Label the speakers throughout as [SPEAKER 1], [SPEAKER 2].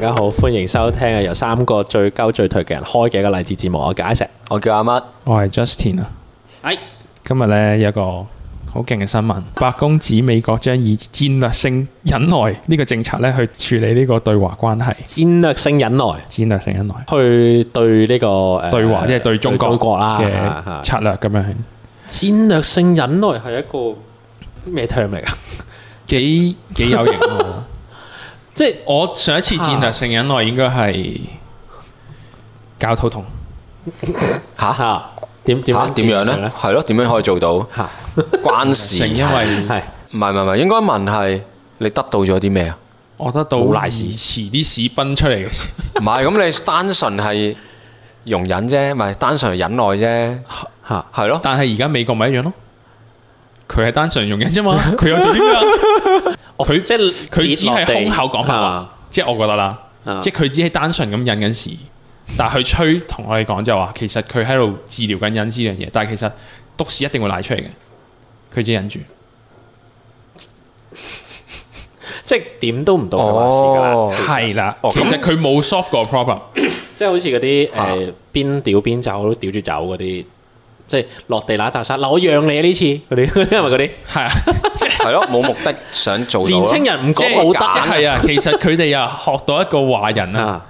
[SPEAKER 1] 家好，歡迎收聽啊！由三個最鳩最頹嘅人開嘅一個勵志節目，我解釋。
[SPEAKER 2] 我叫阿乜，
[SPEAKER 3] 我係 Justin 啊，
[SPEAKER 4] 係
[SPEAKER 3] 今日咧有一個好勁嘅新聞，白宮指美國將以戰略性忍耐呢個政策咧去處理呢個對華關係，
[SPEAKER 1] 戰略性忍耐
[SPEAKER 3] 戰略性忍耐
[SPEAKER 1] 去對呢個誒
[SPEAKER 3] 對華即係對中國
[SPEAKER 1] 中國啦。
[SPEAKER 3] 嘅策略咁樣，
[SPEAKER 1] 戰略性忍耐係一個咩 term 嚟㗎？
[SPEAKER 3] 幾幾有型 喎！
[SPEAKER 1] 即係
[SPEAKER 3] 我上一次戰略性忍耐應該係搞肚痛，
[SPEAKER 2] 吓
[SPEAKER 1] 嚇點點
[SPEAKER 2] 吓點樣咧？
[SPEAKER 1] 咧？
[SPEAKER 2] 係咯，點樣可以做到？
[SPEAKER 1] 嚇
[SPEAKER 2] 關事
[SPEAKER 3] 正因
[SPEAKER 2] 嗯
[SPEAKER 3] 為
[SPEAKER 1] 係
[SPEAKER 2] 唔係唔係唔係，應該問係你得到咗啲咩啊？
[SPEAKER 3] 我得到
[SPEAKER 1] 冇賴屎
[SPEAKER 3] 疑似啲屎崩出嚟嘅事，
[SPEAKER 2] 唔係咁，你單純係容忍啫，唔係單純係忍耐啫，
[SPEAKER 1] 嚇
[SPEAKER 2] 係咯。
[SPEAKER 3] 但係而家美國咪一樣咯，佢係單純容忍啫嘛， 佢有做啲咩啊？
[SPEAKER 1] 哦
[SPEAKER 3] 佢
[SPEAKER 1] 即係
[SPEAKER 3] 佢只係空口講白話
[SPEAKER 1] 啊，
[SPEAKER 3] 即係我覺得啦，
[SPEAKER 1] 啊
[SPEAKER 3] 即係佢只係單純咁引緊事，但係佢吹同我哋講就話，其實佢喺度治療緊隱私呢樣嘢，但係其實篤屎一定會賴出嚟嘅，佢只係忍住，
[SPEAKER 1] 即係點都唔到佢話事㗎啦。
[SPEAKER 2] 哦
[SPEAKER 3] 係啦，
[SPEAKER 2] 哦
[SPEAKER 3] 其實佢冇 solve 個 problem，
[SPEAKER 1] 即係好似嗰啲
[SPEAKER 2] 啊
[SPEAKER 1] 誒邊屌邊走都屌住走嗰啲，即係落地揦拃沙。嗱，我讓你啊呢次嗰啲，因為嗰啲
[SPEAKER 3] 係啊，
[SPEAKER 2] 係咯，冇目的想做到
[SPEAKER 1] 年
[SPEAKER 2] 咯。
[SPEAKER 1] 青人唔
[SPEAKER 3] 即
[SPEAKER 1] 講武
[SPEAKER 3] 係
[SPEAKER 1] 德
[SPEAKER 3] 即係啊，其實佢哋啊學到一個華人啊
[SPEAKER 1] 啊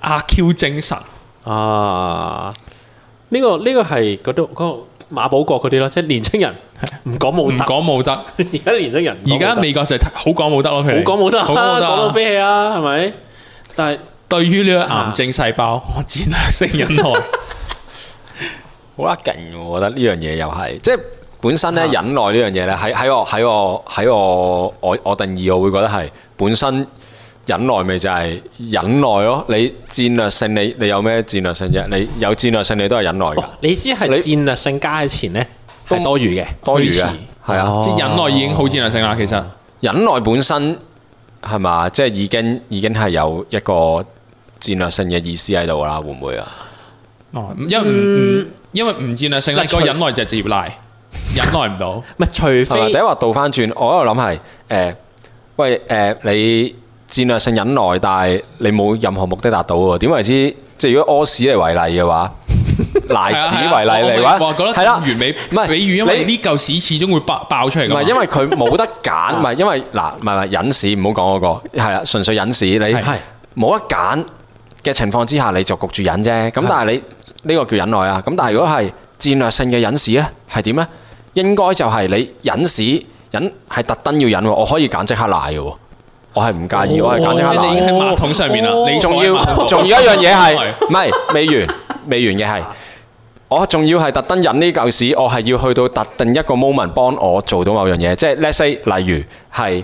[SPEAKER 3] 阿 Q 精神，
[SPEAKER 1] 啊！呢個呢個係嗰度嗰個馬保國嗰啲咯，即係年青人 唔講
[SPEAKER 3] 唔
[SPEAKER 1] 武德。
[SPEAKER 3] 講冇得，
[SPEAKER 1] 而家年青人唔講
[SPEAKER 3] 而家
[SPEAKER 1] 武德
[SPEAKER 3] 美國就係好講冇得咯，佢
[SPEAKER 1] 好
[SPEAKER 3] 哋
[SPEAKER 1] 講武德啊，
[SPEAKER 3] 好講武
[SPEAKER 1] 講
[SPEAKER 3] 德
[SPEAKER 1] 到
[SPEAKER 3] 啊。
[SPEAKER 1] 飛起啊，係咪？但係
[SPEAKER 3] 對於呢個癌症細胞，我戰略性忍耐。
[SPEAKER 2] 好啦，勁喎！我覺得呢樣嘢又係，即係本身咧忍耐呢樣嘢咧，喺喺我喺我喺我我我定義，我會覺得係本身忍耐咪就係忍耐咯。你戰略性，你你有咩戰略性啫？你有戰略性，你都係忍耐㗎
[SPEAKER 1] 哦，你意思係
[SPEAKER 2] 你
[SPEAKER 1] 戰略性加喺前咧係多餘嘅。
[SPEAKER 2] 多餘嘅
[SPEAKER 3] 推遲
[SPEAKER 2] 係啊。
[SPEAKER 1] 哦
[SPEAKER 3] 即係忍耐已經好戰略性啦。其實
[SPEAKER 2] 忍耐本身係嘛，即係已經已經係有一個戰略性嘅意思喺度啦，會唔會啊？
[SPEAKER 3] 哦，因為唔唔因為唔戰略性咧，
[SPEAKER 1] 嗱除
[SPEAKER 3] 個忍耐就係直接賴， 忍耐唔 到。
[SPEAKER 1] 唔係，除
[SPEAKER 2] 係咪？
[SPEAKER 1] 非
[SPEAKER 2] 第一話倒翻轉，我喺度諗係誒，喂誒、你戰略性忍耐，但係你冇任何目的達到喎。點為之？即係如果屙屎嚟為例嘅話，賴屎為例嚟嘅話，
[SPEAKER 3] 我覺得
[SPEAKER 2] 係啦，
[SPEAKER 3] 完美
[SPEAKER 2] 唔係
[SPEAKER 3] 比喻，因為
[SPEAKER 2] 你
[SPEAKER 3] 呢嚿屎始終會爆爆出嚟
[SPEAKER 2] 唔
[SPEAKER 3] 㗎嘛。
[SPEAKER 2] 係因為佢冇得揀，唔係因為嗱，唔係唔係隱屎，唔好講嗰個，係啦，純粹隱屎，
[SPEAKER 3] 係
[SPEAKER 2] 你
[SPEAKER 1] 係
[SPEAKER 2] 冇得揀嘅情況之下，你就焗住忍啫。咁但係你呢個叫忍耐啊。咁但係如果係戰略性嘅忍屎咧，係點咧？應該就係你忍屎忍係特登要忍喎，我可以揀即刻賴嘅喎，我係唔介意，我係揀即
[SPEAKER 3] 哦即
[SPEAKER 2] 刻
[SPEAKER 3] 係你
[SPEAKER 2] 賴
[SPEAKER 3] 已。經喺
[SPEAKER 1] 哦
[SPEAKER 3] 馬桶上面啦，
[SPEAKER 1] 哦
[SPEAKER 3] 你
[SPEAKER 2] 仲
[SPEAKER 3] 坐喺馬桶
[SPEAKER 2] 要
[SPEAKER 3] 度
[SPEAKER 2] 仲要一樣嘢係，唔係未完未完嘅係，我仲要係特登引呢嚿屎，我係要去到特定一個 moment 幫我做到某樣嘢，即係 let's say 例如係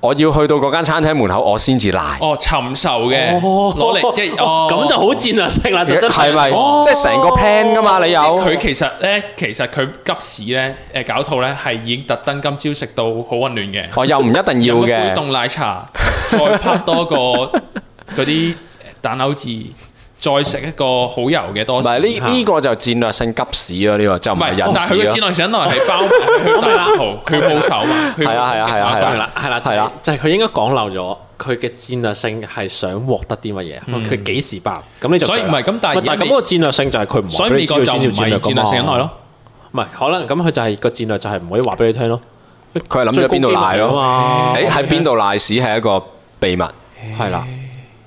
[SPEAKER 2] 我要去到嗰間餐廳門口，我先至賴，
[SPEAKER 3] 哦尋仇嘅
[SPEAKER 1] 哦
[SPEAKER 3] 攞嚟即係哦
[SPEAKER 1] 咁就好戰略性啦，就真
[SPEAKER 2] 係咪？即係成個 plan 噶嘛，你有
[SPEAKER 3] 佢其實咧，其實佢急屎咧，誒搞肚咧係已經特登今朝食到好温暖嘅。
[SPEAKER 2] 哦我又唔一定要
[SPEAKER 3] 飲一杯
[SPEAKER 2] 嘅，
[SPEAKER 3] 凍奶茶， 再拍多個嗰啲呃蛋撻字，再食一個好油嘅多
[SPEAKER 2] 唔
[SPEAKER 3] 士。
[SPEAKER 2] 係呢呢個就戰略性急屎咯，呢個就唔
[SPEAKER 3] 唔
[SPEAKER 2] 係啊
[SPEAKER 3] 係，
[SPEAKER 2] 忍
[SPEAKER 3] 哦但係佢
[SPEAKER 2] 屎
[SPEAKER 3] 嘅
[SPEAKER 2] 咯
[SPEAKER 3] 戰。略忍耐係包埋佢大 圖，佢報仇嘛。佢
[SPEAKER 2] 係啊係啊係啊係
[SPEAKER 1] 係啦，
[SPEAKER 2] 啊
[SPEAKER 1] 係啦，係
[SPEAKER 2] 係
[SPEAKER 1] 啦
[SPEAKER 2] 啦，
[SPEAKER 1] 就係佢應該講漏咗，佢嘅戰略性係想獲得啲乜嘢，佢幾時爆，咁你就
[SPEAKER 3] 嗯所以唔係咁但係
[SPEAKER 1] 喂但係
[SPEAKER 3] 而家
[SPEAKER 1] 咁個戰略性就係佢唔
[SPEAKER 3] 所
[SPEAKER 1] 話
[SPEAKER 3] 以
[SPEAKER 1] 俾你
[SPEAKER 3] 美
[SPEAKER 1] 知
[SPEAKER 3] 國
[SPEAKER 1] 佢
[SPEAKER 3] 就
[SPEAKER 1] 先
[SPEAKER 3] 唔
[SPEAKER 1] 叫戰
[SPEAKER 3] 係
[SPEAKER 1] 略
[SPEAKER 3] 戰
[SPEAKER 1] 咁
[SPEAKER 2] 啊
[SPEAKER 3] 略性忍耐咯，
[SPEAKER 1] 唔係可能咁佢就係個戰略就係唔可以話俾你聽咯，
[SPEAKER 2] 佢係諗咗邊
[SPEAKER 1] 最高機
[SPEAKER 2] 度賴
[SPEAKER 1] 密嚟㗎
[SPEAKER 2] 咯？
[SPEAKER 1] 嘛，
[SPEAKER 3] 啊哦
[SPEAKER 2] 誒喺邊度賴屎係一個秘密，
[SPEAKER 1] 係啦。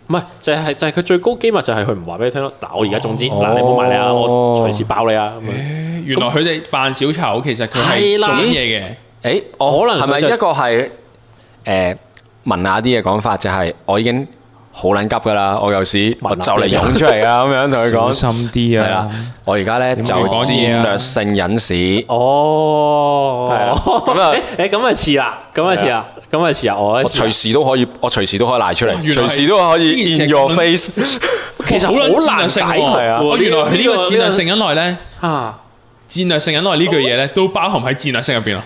[SPEAKER 1] 唔係，就係就係佢最高機密就係佢唔話俾你聽咯。嗱，我而家總之
[SPEAKER 3] 哦
[SPEAKER 1] 嗱，你唔好埋你啊，我隨時爆你啊咁樣。
[SPEAKER 3] 原來佢哋扮小丑，其實佢
[SPEAKER 1] 係
[SPEAKER 3] 係
[SPEAKER 1] 啦
[SPEAKER 3] 做乜嘢嘅？
[SPEAKER 2] 誒，
[SPEAKER 3] 哦
[SPEAKER 1] 哦
[SPEAKER 2] 我
[SPEAKER 1] 可能佢
[SPEAKER 2] 係咪
[SPEAKER 1] 就
[SPEAKER 2] 一個係誒文雅啲嘅講法，就係我已經好撚急㗎啦，我有屎，
[SPEAKER 1] 文
[SPEAKER 2] 我
[SPEAKER 1] 雅啲
[SPEAKER 2] 就嚟湧出 嚟啊，咁樣同佢講，
[SPEAKER 3] 心啲啊
[SPEAKER 2] 係啦，我而家咧就
[SPEAKER 3] 點會講
[SPEAKER 2] 戰
[SPEAKER 3] 嘢啊
[SPEAKER 2] 略性引屎，
[SPEAKER 1] 哦，
[SPEAKER 2] 係啊咁啊
[SPEAKER 1] 誒誒咁啊似啦，咁啊似啦，咁啊似啊，我
[SPEAKER 2] 我隨時都可以，我隨時都可以賴出嚟，
[SPEAKER 3] 哦原來係
[SPEAKER 2] 隨時都可以
[SPEAKER 3] 呢
[SPEAKER 2] in
[SPEAKER 3] 件事
[SPEAKER 2] your
[SPEAKER 3] 咁
[SPEAKER 2] face，
[SPEAKER 1] 其實
[SPEAKER 3] 撚
[SPEAKER 1] 好
[SPEAKER 3] 戰略
[SPEAKER 1] 難解
[SPEAKER 3] 性
[SPEAKER 1] 讀
[SPEAKER 3] 喎
[SPEAKER 2] 係啊
[SPEAKER 1] 喎
[SPEAKER 3] 我哦原來佢呢個戰略
[SPEAKER 1] 呢
[SPEAKER 3] 性忍耐咧，
[SPEAKER 1] 個啊。
[SPEAKER 3] 戰略性忍耐呢句嘢咧，都包含喺戰略性入邊咯。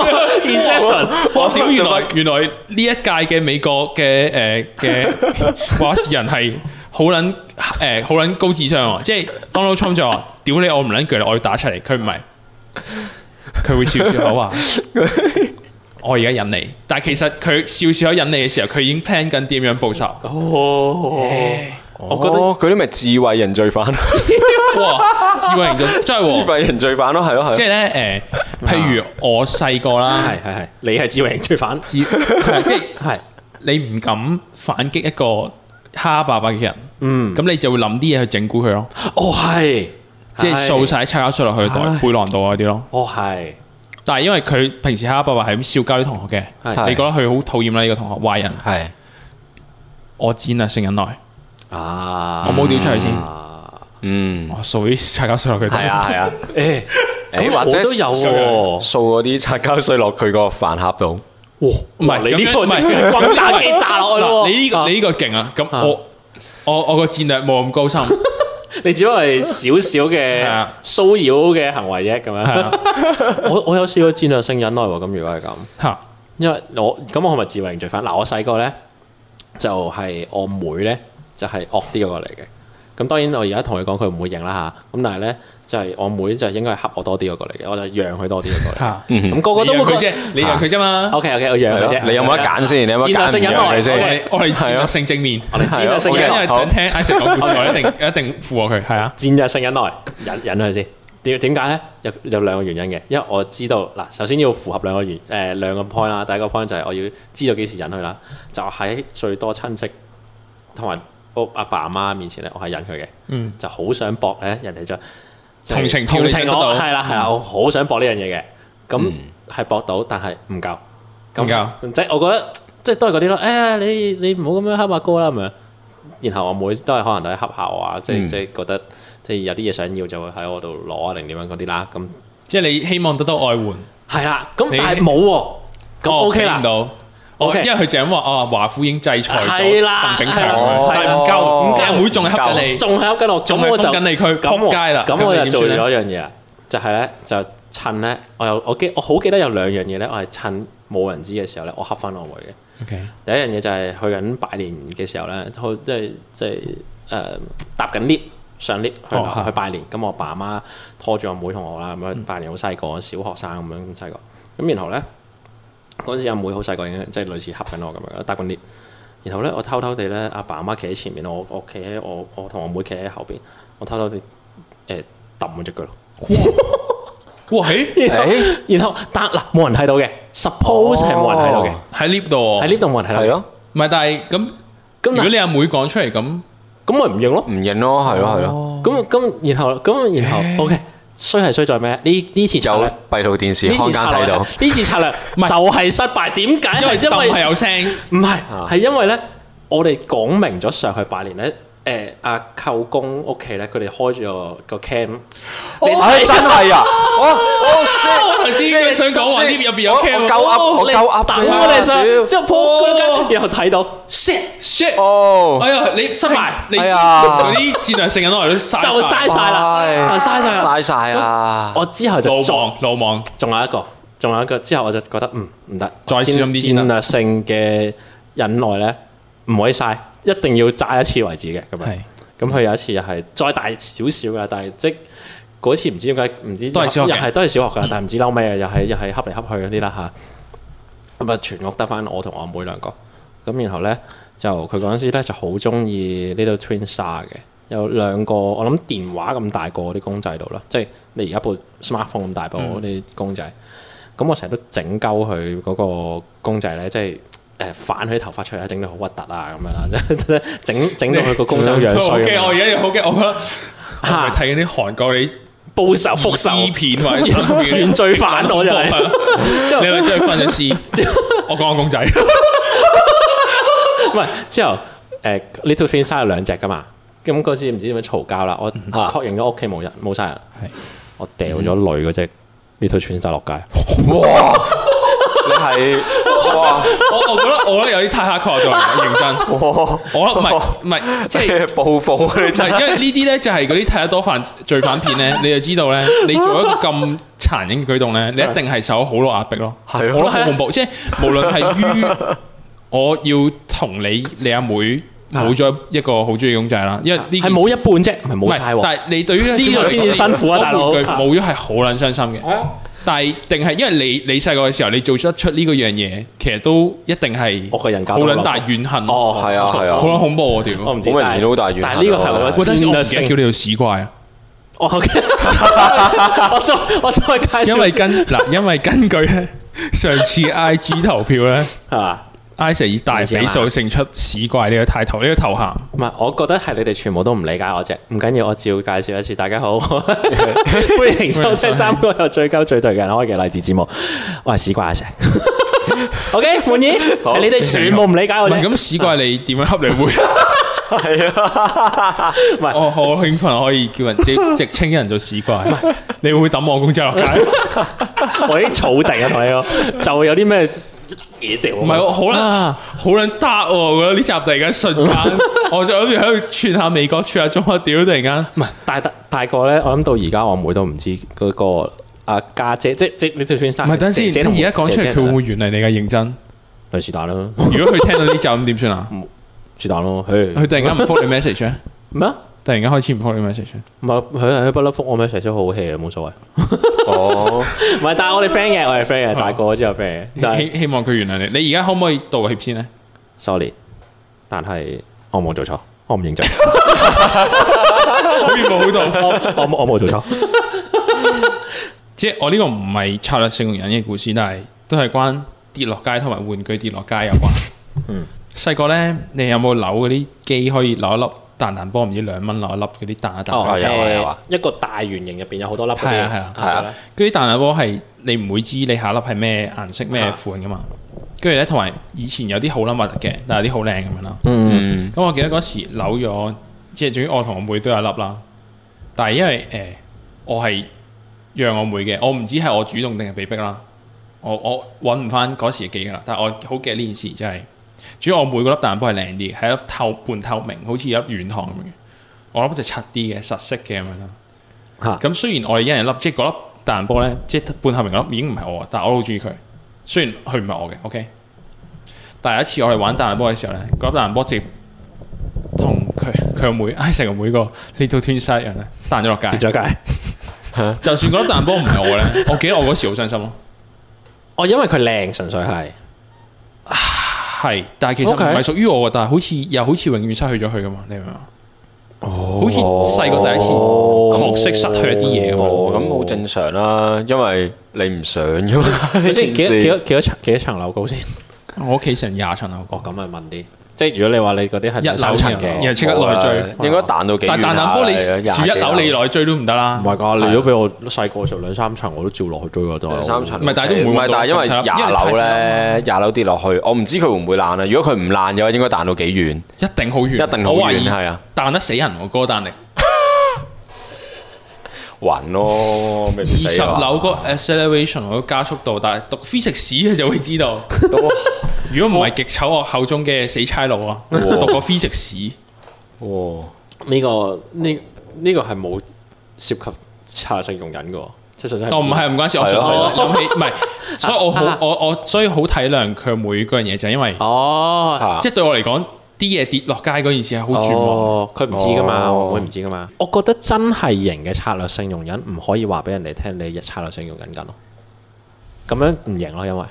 [SPEAKER 1] Inception，
[SPEAKER 3] 我屌，原來原來呢一屆嘅美國嘅誒嘅話事人係好撚誒好撚高智商喎，即係 Donald Trump 就話：屌你，我唔撚鋸你，我要打出嚟。佢唔係，佢會笑笑口話：我而家引你，但係其實佢笑笑喺引你嘅時候，佢已經 plan 緊點樣報仇。
[SPEAKER 1] 哦，我覺得
[SPEAKER 2] 哦佢啲咪智慧人罪犯， 智
[SPEAKER 3] 哇！智慧型就真係 喎，
[SPEAKER 2] 慧人罪犯咯，係咯
[SPEAKER 3] 即
[SPEAKER 2] 係
[SPEAKER 3] 係咧誒，譬如我細個啦，
[SPEAKER 1] 係係係，你係智慧型罪犯，
[SPEAKER 3] 自係即係
[SPEAKER 1] 係
[SPEAKER 3] 你唔敢反擊一個蝦爸爸嘅人，
[SPEAKER 1] 嗯，
[SPEAKER 3] 咁你就會諗啲嘢去整蠱佢咯，
[SPEAKER 1] 哦係，
[SPEAKER 3] 即係掃晒啲叉膠水落佢袋
[SPEAKER 1] 唉
[SPEAKER 3] 背囊度啊嗰啲咯。
[SPEAKER 1] 哦係，
[SPEAKER 3] 但係因為佢平時蝦爸爸係咁笑交啲同學嘅，
[SPEAKER 1] 係
[SPEAKER 3] 你覺得佢好討厭啦呢個同學壞人，
[SPEAKER 2] 係
[SPEAKER 3] 我剪啦，成忍耐，
[SPEAKER 1] 啊，
[SPEAKER 3] 我冇屌出去先
[SPEAKER 1] 啊
[SPEAKER 2] 嗯
[SPEAKER 3] 我掃啲叉膠水落佢
[SPEAKER 2] 係
[SPEAKER 3] 袋。
[SPEAKER 2] 啊係啊，
[SPEAKER 1] 誒，
[SPEAKER 2] 誒
[SPEAKER 1] 咁
[SPEAKER 2] 或者
[SPEAKER 1] 我都有
[SPEAKER 2] 掃
[SPEAKER 1] 喎，
[SPEAKER 2] 掃嗰啲擦膠水落佢個飯盒度，
[SPEAKER 1] 哇，
[SPEAKER 3] 唔係
[SPEAKER 1] 你呢個
[SPEAKER 3] 咁樣唔係
[SPEAKER 1] 直 接轟炸機炸落去咯
[SPEAKER 3] 嗱，
[SPEAKER 1] 喎，
[SPEAKER 3] 你呢個
[SPEAKER 1] 啊
[SPEAKER 3] 你呢個勁啊！咁
[SPEAKER 1] 啊
[SPEAKER 3] 我我我個戰略冇咁 高深。
[SPEAKER 1] 你只不過係少少嘅
[SPEAKER 3] 係啊
[SPEAKER 1] 騷擾嘅行為啫，咁
[SPEAKER 3] 係
[SPEAKER 1] 樣。
[SPEAKER 3] 啊，
[SPEAKER 1] 我我有試過戰略性忍耐喎，咁如果係咁，
[SPEAKER 3] 嚇
[SPEAKER 1] 因為我咁我係咪自慧型罪犯？嗱，我細個咧就係、我妹咧就係惡啲嗰個嚟嘅。咁當然我而家同佢講佢唔會認啦吓，咁但係咧就係、我妹就應該係恰我多啲嗰個嚟嘅，我就讓佢多啲嗰個 嚟。
[SPEAKER 3] 嚇，
[SPEAKER 1] 咁、個
[SPEAKER 3] 我
[SPEAKER 1] 個都
[SPEAKER 3] 都
[SPEAKER 1] 會
[SPEAKER 3] 佢
[SPEAKER 1] 覺
[SPEAKER 3] 啫，你讓佢啫嘛。
[SPEAKER 1] O K O K，我讓
[SPEAKER 2] 係
[SPEAKER 1] 佢
[SPEAKER 2] 咯
[SPEAKER 1] 啫。
[SPEAKER 2] 你有冇得揀先？你有冇得
[SPEAKER 1] 戰略
[SPEAKER 2] 揀
[SPEAKER 1] 性
[SPEAKER 2] 唔
[SPEAKER 1] 忍
[SPEAKER 2] 讓
[SPEAKER 1] 耐
[SPEAKER 2] 佢
[SPEAKER 3] 我
[SPEAKER 1] 即
[SPEAKER 2] 先
[SPEAKER 1] 係
[SPEAKER 3] 哋？我哋戰
[SPEAKER 2] 係
[SPEAKER 3] 略
[SPEAKER 2] 啊
[SPEAKER 3] 性正面，
[SPEAKER 1] 我哋戰略性
[SPEAKER 3] 我
[SPEAKER 1] 忍
[SPEAKER 3] 因
[SPEAKER 1] 耐
[SPEAKER 3] 為
[SPEAKER 2] 好
[SPEAKER 3] 想聽 Isaac 講故事，我一定一定附和佢，係啊。
[SPEAKER 1] 戰略性忍耐，忍忍佢先。點點解咧？有有兩個原因嘅，因為我知道嗱，首先要符合兩個原誒、呃、兩個 point 啦。第一個 point 就係我要知道幾時忍佢啦，就喺最多親戚同埋我阿爸阿媽面前咧，我係忍佢嘅，
[SPEAKER 3] 嗯，
[SPEAKER 1] 就好想搏咧，人哋就就係
[SPEAKER 3] 同情票
[SPEAKER 1] 同
[SPEAKER 3] 你想
[SPEAKER 1] 情
[SPEAKER 3] 得
[SPEAKER 1] 我，
[SPEAKER 3] 到嗯
[SPEAKER 1] 係啦係啦，我好想搏呢樣嘢嘅，咁
[SPEAKER 2] 嗯
[SPEAKER 1] 係搏到，但係唔夠，咁
[SPEAKER 3] 唔夠
[SPEAKER 1] 即係我覺得即係都係嗰啲咯，誒、哎、你你唔好咁樣恰阿哥啦咁樣。然後我妹都係可能都係恰下我啊，即係
[SPEAKER 2] 嗯
[SPEAKER 1] 即係覺得即係有啲嘢想要就會喺我度攞啊，定點樣嗰啲啦。咁
[SPEAKER 3] 即係你希望得到外援，
[SPEAKER 1] 係啦，咁
[SPEAKER 3] 嗯你
[SPEAKER 1] 但係冇喎，咁
[SPEAKER 3] 哦
[SPEAKER 1] OK
[SPEAKER 3] 俾唔
[SPEAKER 1] 啦，
[SPEAKER 3] 到。我
[SPEAKER 1] OK
[SPEAKER 3] 因為佢就咁話，哦，華府已經制裁咗
[SPEAKER 1] 係啦
[SPEAKER 3] 鄧炳強，
[SPEAKER 1] 係
[SPEAKER 3] 但
[SPEAKER 2] 啦
[SPEAKER 3] 係唔
[SPEAKER 2] 哦
[SPEAKER 3] 夠，唔夠，阿妹仲係恰緊你，
[SPEAKER 1] 仲係噏緊我，
[SPEAKER 3] 仲
[SPEAKER 1] 咁我
[SPEAKER 3] 係
[SPEAKER 1] 就
[SPEAKER 3] 封緊你佢，
[SPEAKER 1] 咁我
[SPEAKER 3] 撲街啦。
[SPEAKER 1] 咁我
[SPEAKER 3] 你
[SPEAKER 1] 就
[SPEAKER 3] 點
[SPEAKER 1] 做
[SPEAKER 3] 算呢
[SPEAKER 1] 咗一樣嘢啦，就係咧就趁咧，我有我記我好記得有兩樣嘢咧，我係趁冇人知嘅時候咧，我恰翻我妹嘅。
[SPEAKER 3] OK，
[SPEAKER 1] 第一樣嘢就係去緊拜年嘅時候咧，好即係即係誒搭緊 lift 上 lift 去、
[SPEAKER 3] 哦係嗯
[SPEAKER 1] 去拜年，咁我爸媽拖住我妹同我啦，咁樣拜年好細個，小學生咁樣咁細個，咁然後咧嗰陣時阿妹好細個已經即係類似恰緊我咁樣搭緊 lift，然後咧我偷偷地咧阿爸阿媽企喺前面，我我企喺我我同我妹企喺後邊，我偷偷地誒揼佢只腳咯。
[SPEAKER 3] 哇，喺
[SPEAKER 2] 誒
[SPEAKER 1] 然後但嗱冇人睇到嘅，suppose 係冇人睇到嘅，
[SPEAKER 3] 喺 lift 度
[SPEAKER 1] 喺
[SPEAKER 3] 喎，
[SPEAKER 1] 呢度冇人睇到
[SPEAKER 2] 係
[SPEAKER 1] 嘅。
[SPEAKER 2] 咯，
[SPEAKER 3] 唔哦係，但係咁，
[SPEAKER 1] 咁
[SPEAKER 3] 如
[SPEAKER 1] 嗱
[SPEAKER 3] 果你阿妹講出嚟咁，
[SPEAKER 1] 咁咪唔認咯。
[SPEAKER 2] 唔認咯，係咯係咯。
[SPEAKER 1] 咁咁然後咁然後 OK 衰係衰在咩？呢呢次策
[SPEAKER 2] 有
[SPEAKER 1] 略，
[SPEAKER 2] 閉路電視
[SPEAKER 1] 呢
[SPEAKER 2] 看
[SPEAKER 1] 次
[SPEAKER 2] 間
[SPEAKER 1] 策
[SPEAKER 2] 睇
[SPEAKER 1] 略，
[SPEAKER 2] 到，
[SPEAKER 1] 呢次策略
[SPEAKER 3] 唔係
[SPEAKER 1] 就係失敗。點解？
[SPEAKER 3] 因為
[SPEAKER 1] 係
[SPEAKER 3] 氹係有聲。
[SPEAKER 1] 唔係
[SPEAKER 2] 啊
[SPEAKER 1] 係因為咧，我哋講明咗上去拜年咧。誒阿舅公屋企咧，佢哋開咗個 cam，你
[SPEAKER 3] 哦
[SPEAKER 2] 唉
[SPEAKER 1] 睇
[SPEAKER 2] 真係啊！我我 shit，
[SPEAKER 3] 我頭先想講話 lift 入邊有
[SPEAKER 2] 哎我
[SPEAKER 3] cam
[SPEAKER 2] 我夠噏，我夠噏
[SPEAKER 1] 哦等
[SPEAKER 2] 你啊
[SPEAKER 1] 我哋上，
[SPEAKER 2] 屌
[SPEAKER 1] 之後
[SPEAKER 3] 哦
[SPEAKER 1] 鋪然後睇到 shit，
[SPEAKER 3] shit！
[SPEAKER 2] 哦，
[SPEAKER 3] 哎呀，你失敗，你
[SPEAKER 2] 哎呀
[SPEAKER 3] 嗰啲戰略性嘅攞嚟都嘥
[SPEAKER 1] 就嘥晒啦，就嘥
[SPEAKER 2] 唉
[SPEAKER 1] 晒啦。
[SPEAKER 2] 哎嘥晒啊啦！
[SPEAKER 1] 我之後就
[SPEAKER 3] 路
[SPEAKER 1] 撞
[SPEAKER 3] 望路望，
[SPEAKER 1] 仲有一個，仲有一個之後我就覺得嗯唔得，
[SPEAKER 3] 再
[SPEAKER 1] 戰
[SPEAKER 3] 小心啲先啦
[SPEAKER 1] 戰略性嘅忍耐咧，唔可以嘥，一定要揸一次為止嘅咁樣
[SPEAKER 3] 係。
[SPEAKER 1] 咁佢有一次又係再大少少嘅，但係即嗰次唔知點解唔知
[SPEAKER 3] 都係小學
[SPEAKER 1] 又
[SPEAKER 3] 嘅
[SPEAKER 1] 係都係小學㗎，但係唔知嬲咩嘅，又係又係恰嚟恰去嗰啲啦吓，咁啊，全屋得翻我同我阿妹兩個。咁然後咧就佢嗰陣時咧就好中意呢度 Twin Star 嘅，有兩個我諗電話咁大個嗰啲公仔度啦，即係你而家部 smartphone 咁大部嗰啲公仔。咁、我成日都整鳩佢嗰個公仔咧，即係。誒反佢啲頭髮出嚟，整到好核突啊咁樣啦， 即係即係整整到佢個公仔好樣
[SPEAKER 3] 好
[SPEAKER 1] 衰咁
[SPEAKER 3] 驚！ 我而
[SPEAKER 1] 樣。
[SPEAKER 3] 家又好驚，我覺得我
[SPEAKER 1] 嚇
[SPEAKER 3] 係咪睇緊啲韓國啲
[SPEAKER 1] 報仇復仇，
[SPEAKER 3] 醫片或者新片
[SPEAKER 1] 原罪犯我就係
[SPEAKER 3] 係 你咪真係分咗屍？我講個公仔，
[SPEAKER 1] 唔係之後誒 Little Twin 生有兩隻㗎嘛，咁嗰次唔知點樣嘈交啦，我
[SPEAKER 3] 嗯
[SPEAKER 2] 啊
[SPEAKER 1] 確認咗屋企冇人冇晒人，我掉咗女嗰只 Little Twin 生落街，
[SPEAKER 2] 哇，你係哇
[SPEAKER 3] 我我覺得我覺得有啲太黑確度，認真。
[SPEAKER 2] 哇，
[SPEAKER 3] 我覺得唔
[SPEAKER 1] 哦
[SPEAKER 3] 係 唔係，即
[SPEAKER 2] 即
[SPEAKER 3] 係。
[SPEAKER 2] 係報復你
[SPEAKER 3] 就
[SPEAKER 2] 真
[SPEAKER 3] 係因
[SPEAKER 2] 係
[SPEAKER 3] 為呢啲咧，就係嗰啲睇得多犯罪犯片 咧，你就知道咧，你做一個咁殘忍嘅舉動咧，你一定係受好多壓迫咯。
[SPEAKER 2] 係咯
[SPEAKER 1] 啊
[SPEAKER 3] 我覺得好恐怖，即係無論係於 我要同你你阿妹冇咗一個好中意嘅公仔啦，因為呢件
[SPEAKER 1] 係冇一半啫，唔係
[SPEAKER 3] 唔
[SPEAKER 1] 冇晒
[SPEAKER 3] 係，
[SPEAKER 1] 喎。
[SPEAKER 3] 但係你對於呢
[SPEAKER 1] 呢個先至辛苦啊大佬
[SPEAKER 3] 冇咗係好撚傷心嘅。但係定係因為你你細個嘅時候，你做得出呢個樣嘢，其實都一定係
[SPEAKER 1] 我個人格
[SPEAKER 3] 好
[SPEAKER 1] 都
[SPEAKER 3] 撚
[SPEAKER 1] 諗
[SPEAKER 3] 大怨恨。
[SPEAKER 1] 哦係啊
[SPEAKER 2] 係啊
[SPEAKER 3] 好撚恐怖啊！屌，
[SPEAKER 1] 我唔知，
[SPEAKER 2] 好明
[SPEAKER 1] 但係
[SPEAKER 2] 顯好大怨
[SPEAKER 1] 但係
[SPEAKER 2] 恨
[SPEAKER 1] 呢個
[SPEAKER 2] 啊
[SPEAKER 1] 係
[SPEAKER 2] 我覺
[SPEAKER 1] 我
[SPEAKER 3] 我
[SPEAKER 2] 得
[SPEAKER 1] 嘅
[SPEAKER 3] 等先，我
[SPEAKER 1] 戰
[SPEAKER 3] 唔
[SPEAKER 1] 略
[SPEAKER 3] 記得
[SPEAKER 1] 性
[SPEAKER 3] 叫你做屎怪啊！
[SPEAKER 1] 我我再我再介紹，
[SPEAKER 3] 因為根嗱，因為根據咧 上次 I G 投票咧
[SPEAKER 1] 係嘛？
[SPEAKER 3] ，Isa 以大比數勝出屎怪呢個抬頭呢個頭銜。
[SPEAKER 1] 唔係，我覺得係你哋全部都唔理解我啫。唔緊要，我照介紹一次。大家 好，歡迎收聽三個有最高最對嘅人開嘅勵志節目。我係屎瓜阿 石。OK，滿意？係你哋全部唔理解
[SPEAKER 3] 唔
[SPEAKER 1] 我
[SPEAKER 3] 係
[SPEAKER 1] 啫。
[SPEAKER 3] 咁屎怪，
[SPEAKER 1] 啊
[SPEAKER 3] 你點樣恰你 會？
[SPEAKER 1] 唔係
[SPEAKER 3] 我好興奮可以叫人直直稱人做屎怪，你會抌我公仔落街？
[SPEAKER 1] 我已經儲定啊，同你講，就有啲咩嘢掉。
[SPEAKER 3] 唔
[SPEAKER 1] 唔
[SPEAKER 3] 係我好撚
[SPEAKER 1] 啊
[SPEAKER 3] 好撚得喎！我覺得呢集突然間瞬 間，我就諗住喺度串下美國，串下中國，屌突然間
[SPEAKER 1] 唔係大大大個咧，我諗到而家我妹都唔知嗰個阿家姐，即即你就算生
[SPEAKER 3] 唔係等陣
[SPEAKER 1] 姐姐
[SPEAKER 3] 先，
[SPEAKER 1] 同
[SPEAKER 3] 你而家講出嚟，
[SPEAKER 1] 姐姐
[SPEAKER 3] 佢會唔會原諒你嘅認真？
[SPEAKER 1] 類似蛋咯，
[SPEAKER 3] 如果佢聽到呢集咁點算啊？
[SPEAKER 1] 是但咯，佢
[SPEAKER 3] 佢突然間唔復你 message 咧，
[SPEAKER 1] 咩啊？
[SPEAKER 3] 突然間開始唔復你 message 啊咧
[SPEAKER 1] 唔係佢係佢不嬲覆我 message 都好 hea 啊嘅，冇所謂。
[SPEAKER 2] 哦，
[SPEAKER 1] 唔係，但係我哋 friend 嘅，我哋 friend 嘅，大個咗之後 friend 嘅。但係
[SPEAKER 3] 希希望佢原諒你。你而家可唔可以道個歉先咧？
[SPEAKER 1] sorry，但係我冇做錯，我唔認 罪，
[SPEAKER 3] 好似冇道。
[SPEAKER 1] 我我冇我冇做錯。
[SPEAKER 3] 即係我呢個唔係策略性人嘅故事，但係都係關跌落街同埋玩具跌落街有關。
[SPEAKER 1] 嗯，
[SPEAKER 3] 細個咧，你有冇扭嗰啲機可以扭一粒彈彈波，唔知兩蚊扭一粒嗰啲彈一彈波？
[SPEAKER 2] 哦係有啊有啊
[SPEAKER 1] 誒一個大圓形入邊有好多粒嗰啲。
[SPEAKER 3] 係啊係啊
[SPEAKER 2] 係啊
[SPEAKER 3] 嗰啲彈彈波係你唔會知你下一粒係咩顏色咩款噶嘛。跟住咧，同埋以前有啲好撚核突嘅，但係有啲好靚咁樣啦。
[SPEAKER 1] 嗯，
[SPEAKER 2] 嗯，
[SPEAKER 3] 咁我記得嗰時扭咗，即係總之我同我妹都有一粒啦。但係因為誒、呃我係讓我妹嘅，我唔知係我主動定係被逼啦。我我揾唔翻嗰時嘅記憶啦，但係我好記得呢件事就係、主要我妹嗰粒蛋波係靚啲，係一粒透半透明，好似一粒軟糖咁嘅。我粒就柒啲嘅，實色嘅咁樣啦。
[SPEAKER 1] 嚇
[SPEAKER 3] 咁雖然我哋一人一粒，即係嗰粒蛋波咧，即係半透明嗰粒已經唔係我啊，但係我都好中意佢。雖然佢唔係我嘅，OK。但係有一次我哋玩彈波嘅時候咧，嗰粒彈波直接同佢佢個妹 i 成個妹個 Little Twin Side 人咧彈咗落街
[SPEAKER 1] 跌。咗界。
[SPEAKER 3] 就算嗰粒彈波唔係我咧，我記得我嗰時好傷心咯。
[SPEAKER 1] 哦，因為佢靚，純粹係。
[SPEAKER 3] 係，但係其實唔
[SPEAKER 1] OK
[SPEAKER 3] 係屬於我嘅，但係好似又好似永遠失去咗佢噶嘛，你明唔明啊？
[SPEAKER 2] 哦
[SPEAKER 3] 好似細個第一次學識失去一啲嘢咁啊
[SPEAKER 2] 哦，
[SPEAKER 3] 樣。
[SPEAKER 2] 咁好正常啦，因為你唔想 噶嘛，
[SPEAKER 1] 你知
[SPEAKER 2] 呢
[SPEAKER 1] 幾多
[SPEAKER 2] 件
[SPEAKER 1] 幾多
[SPEAKER 2] 事
[SPEAKER 1] 幾多層幾多層樓高先？
[SPEAKER 3] 我屋企成廿層樓
[SPEAKER 1] 哦，咁咪問啲。即係如果你話你嗰啲係
[SPEAKER 3] 一樓
[SPEAKER 1] 兩三層嘅，
[SPEAKER 3] 又即刻內追。
[SPEAKER 2] 應該彈到幾
[SPEAKER 3] 但
[SPEAKER 2] 遠
[SPEAKER 3] 係彈彈波你
[SPEAKER 2] 下嚟啊
[SPEAKER 3] 住一樓你
[SPEAKER 2] 廿幾
[SPEAKER 3] 內追都唔得啦
[SPEAKER 1] 唔。係㗎，你如果俾我細個嘅時候兩三層，我都照落去追嗰度。
[SPEAKER 2] 兩三層，
[SPEAKER 3] 唔係但係都唔會
[SPEAKER 2] 唔係，但係因
[SPEAKER 3] 運
[SPEAKER 2] 為
[SPEAKER 3] 到咁
[SPEAKER 2] 廿
[SPEAKER 3] 差因為
[SPEAKER 2] 樓
[SPEAKER 3] 太細
[SPEAKER 2] 咧，廿樓跌落去，我唔知佢會唔會爛啊。如果佢唔爛嘅話，應該彈到幾遠？
[SPEAKER 3] 一定好遠，
[SPEAKER 2] 一定好
[SPEAKER 3] 我懷
[SPEAKER 2] 遠，
[SPEAKER 3] 疑
[SPEAKER 2] 係啊，
[SPEAKER 3] 彈得死人喎，嗰個彈力。
[SPEAKER 2] 暈咯，未必
[SPEAKER 3] 二
[SPEAKER 2] 死
[SPEAKER 3] 十
[SPEAKER 2] 啊
[SPEAKER 3] 樓嗰個 acceleration 嗰個加速度，但係讀 physics 史嘅就會 知道。如果唔係極醜我口中嘅死差佬啊，
[SPEAKER 2] 哇
[SPEAKER 3] 讀過 physics 史，
[SPEAKER 1] 哦
[SPEAKER 2] 哇！
[SPEAKER 1] 呢個呢呢個係冇涉及差性容忍嘅喎，即係純粹
[SPEAKER 3] 哦唔係唔關事，我純粹
[SPEAKER 2] 係咯
[SPEAKER 3] 諗起唔係，所以我好我我所以好體諒佢每嗰樣嘢就係因為。
[SPEAKER 1] 哦
[SPEAKER 2] 嚇
[SPEAKER 3] 即係對我嚟講，啲嘢跌落街嗰件事係好絕望。
[SPEAKER 1] 哦，佢唔知噶嘛，
[SPEAKER 2] 哦
[SPEAKER 1] 我妹唔知噶嘛。我覺得真係型嘅策略性容忍唔可以話俾人哋聽，你策略性容忍緊咯。咁樣唔型咯，因為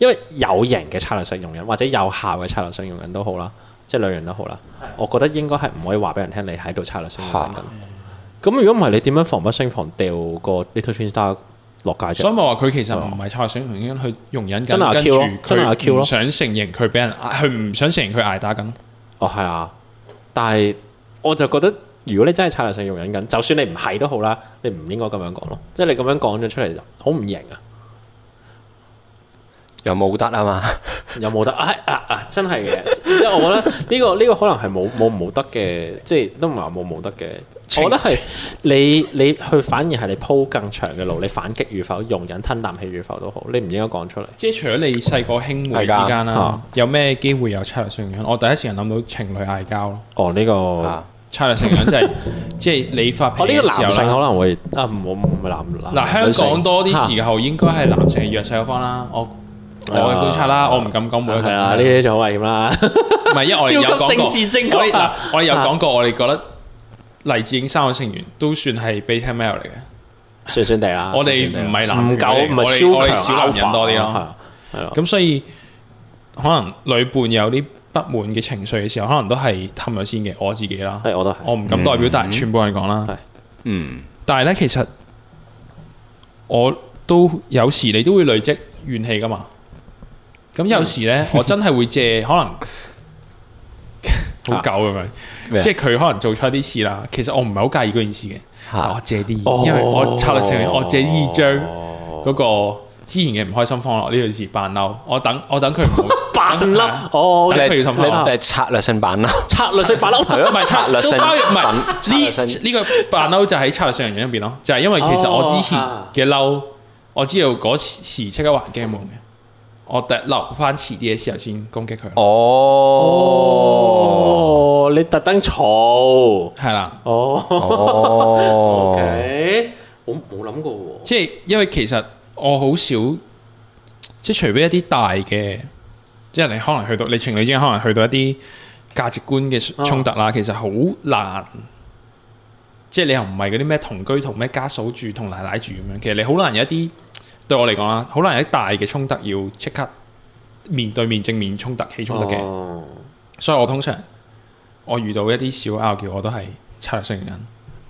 [SPEAKER 1] 因為有型嘅策略性容忍或者有效嘅策略性容忍都好啦，即係兩樣都好啦。我覺得應該係唔可以話俾人聽你喺度策略性容忍緊。咁如果唔係，你點樣防不勝防掉個 Little Twin Star 落街
[SPEAKER 3] 所
[SPEAKER 1] 啫？
[SPEAKER 3] 以咪話佢其實唔係策略性容忍，佢容忍
[SPEAKER 1] 哦真係
[SPEAKER 3] 緊，
[SPEAKER 1] 阿
[SPEAKER 3] 跟
[SPEAKER 1] Q 咯
[SPEAKER 3] 住
[SPEAKER 1] 真係阿 Q
[SPEAKER 3] 佢
[SPEAKER 1] 咯
[SPEAKER 3] 唔想承認佢俾人，啊佢唔想承認佢捱打緊。
[SPEAKER 1] 哦，係啊，但係我就覺得，如果你真係策略性容忍緊，就算你唔係都好啦，你唔應該咁樣講咯。即係你咁樣講咗出嚟，就好唔型啊！
[SPEAKER 2] 又冇得啊嘛，
[SPEAKER 1] 有冇得 啊啊啊！真係嘅，即係我覺得呢、個呢、個可能係冇冇冇得嘅，即係都唔係話冇冇得嘅。我覺得係你你去反而係你鋪更長嘅路，你反擊與否、容忍吞啖氣與否都好，你唔應該講出嚟。
[SPEAKER 3] 即係除咗你細個兄妹之間
[SPEAKER 1] 係㗎
[SPEAKER 3] 啦
[SPEAKER 1] 啊，
[SPEAKER 3] 有咩機會有策略性容忍？我第一時間諗到情侶嗌交咯。
[SPEAKER 1] 哦，呢、個
[SPEAKER 2] 啊
[SPEAKER 3] 策略性容 忍就係即係你發脾
[SPEAKER 1] 哦
[SPEAKER 3] 氣
[SPEAKER 1] 呢、個
[SPEAKER 3] 嘅
[SPEAKER 1] 男
[SPEAKER 3] 時
[SPEAKER 1] 性可
[SPEAKER 3] 候啦。
[SPEAKER 1] 能會啊唔好唔係男男啊
[SPEAKER 3] 嗱，香港多
[SPEAKER 1] 嚇
[SPEAKER 3] 啲時候應該係男性係弱勢嗰方啦。我我嘅觀察啦，我唔敢講每一個
[SPEAKER 1] 係
[SPEAKER 3] 人
[SPEAKER 1] 啊，呢啲就好危險啦。
[SPEAKER 3] 唔係，因為我哋有講過，
[SPEAKER 1] 超級政治正確
[SPEAKER 3] 我哋嗱
[SPEAKER 1] 啊，
[SPEAKER 3] 我哋有講過，我哋覺得黎智英三個成員都算係 beta male 嚟嘅，
[SPEAKER 1] 酸酸地啦。
[SPEAKER 3] 我哋
[SPEAKER 1] 酸酸地
[SPEAKER 3] 唔係
[SPEAKER 1] 啦
[SPEAKER 3] 男
[SPEAKER 1] 啊唔夠，
[SPEAKER 3] 人
[SPEAKER 1] 唔
[SPEAKER 3] 我哋
[SPEAKER 1] 係超
[SPEAKER 3] 我哋
[SPEAKER 1] 強
[SPEAKER 3] 小男人多啲
[SPEAKER 1] alpha 係
[SPEAKER 3] 咯
[SPEAKER 1] 啊係啊，
[SPEAKER 3] 咁所以可能女伴有啲不滿嘅情緒嘅時候，可能都係氹咗先嘅，我自己啦，
[SPEAKER 1] 係我都係。
[SPEAKER 3] 我唔敢代表，但係全部人講啦。
[SPEAKER 1] 係
[SPEAKER 2] 嗯，
[SPEAKER 3] 但係咧，其實我都有時你都會累積怨氣噶嘛。咁有時咧，
[SPEAKER 2] 嗯
[SPEAKER 3] 我真係會借 可能好狗咁
[SPEAKER 2] 咩
[SPEAKER 3] 樣，
[SPEAKER 2] 啊
[SPEAKER 3] 即係佢可能做錯啲事啦。其實我唔係好介意嗰件事嘅，
[SPEAKER 2] 嚇哦
[SPEAKER 3] 但我借啲意，因為我策略性，我借呢張嗰個之前嘅唔開心放落呢件事扮嬲，我等我等佢唔 好啊
[SPEAKER 1] 扮嬲哦，
[SPEAKER 3] 等
[SPEAKER 2] 你
[SPEAKER 3] 佢要氹
[SPEAKER 2] 你
[SPEAKER 3] 下我
[SPEAKER 2] 你策略性版啦，
[SPEAKER 1] 策略性扮嬲，
[SPEAKER 2] 係咯
[SPEAKER 3] 唔係
[SPEAKER 2] 策略性
[SPEAKER 3] 都包唔係
[SPEAKER 2] 品策略性
[SPEAKER 3] 呢呢個扮嬲就喺策略性人員入邊咯，就係因為其實我之
[SPEAKER 2] 哦
[SPEAKER 3] 前
[SPEAKER 2] 啊
[SPEAKER 3] 嘅嬲，我知道嗰時即刻還驚夢嘅，我特留翻遲啲嘅時候先攻擊佢，
[SPEAKER 2] 哦，
[SPEAKER 1] 哦，你特登嘈，
[SPEAKER 3] 係啦，
[SPEAKER 1] 哦
[SPEAKER 2] 哦，
[SPEAKER 1] ，OK，我冇諗過喎。
[SPEAKER 3] 即係因為其實我好少，即係除非一啲大嘅，即係你可能去到你情侶之間可能去到一啲價值觀嘅衝突啦，其實好難。即係你又唔係嗰啲咩同居同咩家嫂住同奶奶住咁樣，其實你好難有一啲對我嚟講啦，好難有一啲大嘅衝突要即刻面對面正面衝突起衝突嘅，
[SPEAKER 1] 哦
[SPEAKER 3] 所以我通常我遇到一啲小拗撬，我都係策略性原因。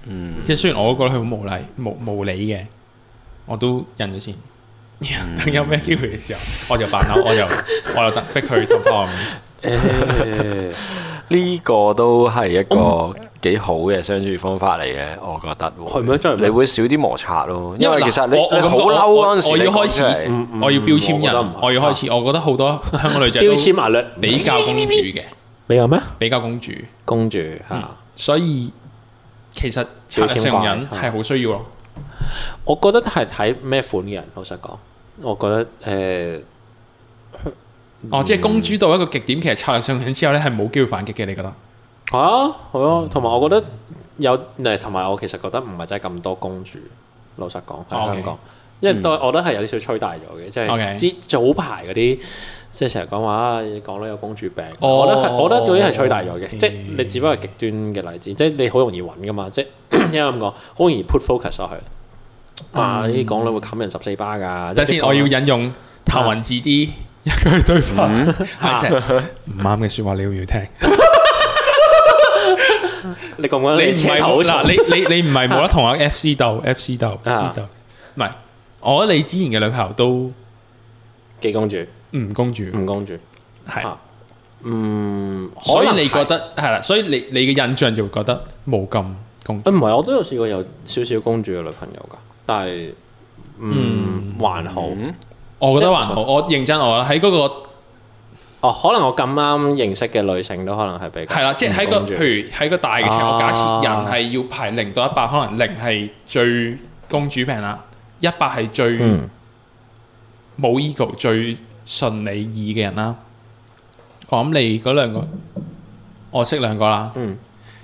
[SPEAKER 2] 嗯，
[SPEAKER 3] 即係雖然我覺得佢好無理無無理嘅，我都忍咗先。
[SPEAKER 2] 嗯
[SPEAKER 3] 等有咩機會嘅時候，我就扮口，我就我就得逼佢同翻我面。
[SPEAKER 1] 誒
[SPEAKER 2] 呢個都係一個幾好嘅相處方法嚟嘅，我覺得喎
[SPEAKER 1] 係咩真係咩
[SPEAKER 2] 你會少啲摩擦咯， 因為
[SPEAKER 3] 嗱
[SPEAKER 2] 其實你
[SPEAKER 3] 我我
[SPEAKER 2] 你
[SPEAKER 3] 感覺
[SPEAKER 2] 好嬲
[SPEAKER 3] 我
[SPEAKER 2] 嗰陣時，
[SPEAKER 3] 我要
[SPEAKER 2] 你講
[SPEAKER 3] 開始
[SPEAKER 2] 出嚟
[SPEAKER 1] 嗯嗯
[SPEAKER 3] 我要標籤
[SPEAKER 1] 我覺得
[SPEAKER 3] 人
[SPEAKER 1] 唔，係
[SPEAKER 3] 我要開
[SPEAKER 2] 啊
[SPEAKER 3] 始。我覺得好多香港女仔都
[SPEAKER 1] 標籤啊壓力
[SPEAKER 3] 比較公主嘅，
[SPEAKER 1] 你有咩？嗯
[SPEAKER 3] 比較公主，
[SPEAKER 1] 公主嚇，
[SPEAKER 3] 所以其實策略性人
[SPEAKER 2] 嗯
[SPEAKER 3] 係好需要咯。
[SPEAKER 1] 我覺得係睇咩款嘅人，老實講，我覺得誒
[SPEAKER 3] 哦，
[SPEAKER 2] 嗯
[SPEAKER 3] 即係公主到一個極點，其實策略性人之後咧係冇機會反擊嘅，你覺得？
[SPEAKER 1] 係啊，係啊，同埋我覺得有誒，同埋我其實覺得唔係真係咁多公主，老實講喺
[SPEAKER 3] OK 嗯
[SPEAKER 1] 香港，因為都我覺得係有啲少吹大咗嘅，即
[SPEAKER 3] OK
[SPEAKER 1] 係之早排嗰啲即係成日講話啊港女有公主病，
[SPEAKER 3] 哦
[SPEAKER 1] 我覺得係我覺得嗰啲係吹大咗嘅，
[SPEAKER 3] 嗯
[SPEAKER 1] 即係你只不過係極端嘅例子，即係你好容易揾噶嘛， 即係應該咁講，好容易 put focus 落去。哇！呢啲港女會冚人十四巴㗎，
[SPEAKER 3] 嗯等先，我要引用譚雲志啲一句對白，
[SPEAKER 1] 嗯
[SPEAKER 3] 係成唔啱嘅説話，你要唔要聽？
[SPEAKER 1] 你講緊
[SPEAKER 3] 你
[SPEAKER 1] 你
[SPEAKER 3] 唔
[SPEAKER 1] 車
[SPEAKER 3] 係
[SPEAKER 1] 頭
[SPEAKER 3] 冇
[SPEAKER 1] 嗱
[SPEAKER 3] 嗱，
[SPEAKER 1] 你
[SPEAKER 3] 你你你唔係冇得 同阿 F C 鬥，F C 鬥，F
[SPEAKER 1] 啊
[SPEAKER 3] C 鬥，唔係，我覺得你之前嘅女朋友都
[SPEAKER 1] 幾公主
[SPEAKER 3] 唔公主，
[SPEAKER 1] 唔公主
[SPEAKER 3] 係，
[SPEAKER 1] 啊嗯，
[SPEAKER 3] 所以
[SPEAKER 1] 可能
[SPEAKER 3] 你
[SPEAKER 1] 係
[SPEAKER 3] 覺得係啦，所以你你嘅印象就會覺得冇咁公主，
[SPEAKER 1] 誒唔係，我都有試過有少少公主嘅女朋友㗎，但係嗯還好。
[SPEAKER 2] 嗯
[SPEAKER 3] 我覺
[SPEAKER 1] 即
[SPEAKER 3] 得
[SPEAKER 1] 係
[SPEAKER 3] 還 好，我認真我啦，喺嗰個
[SPEAKER 1] 哦，可能我咁啱認識嘅女性都可能係比較
[SPEAKER 3] 係啦，即係喺個
[SPEAKER 1] 公主
[SPEAKER 3] 譬如喺個大嘅情況，假設人
[SPEAKER 1] 啊
[SPEAKER 3] 係要排零到一百，可能零係最公主病啦，一百係最
[SPEAKER 1] 嗯
[SPEAKER 3] 冇 ego 最順你意嘅人啦。我諗你嗰兩個，我識兩個啦，
[SPEAKER 1] 嗯，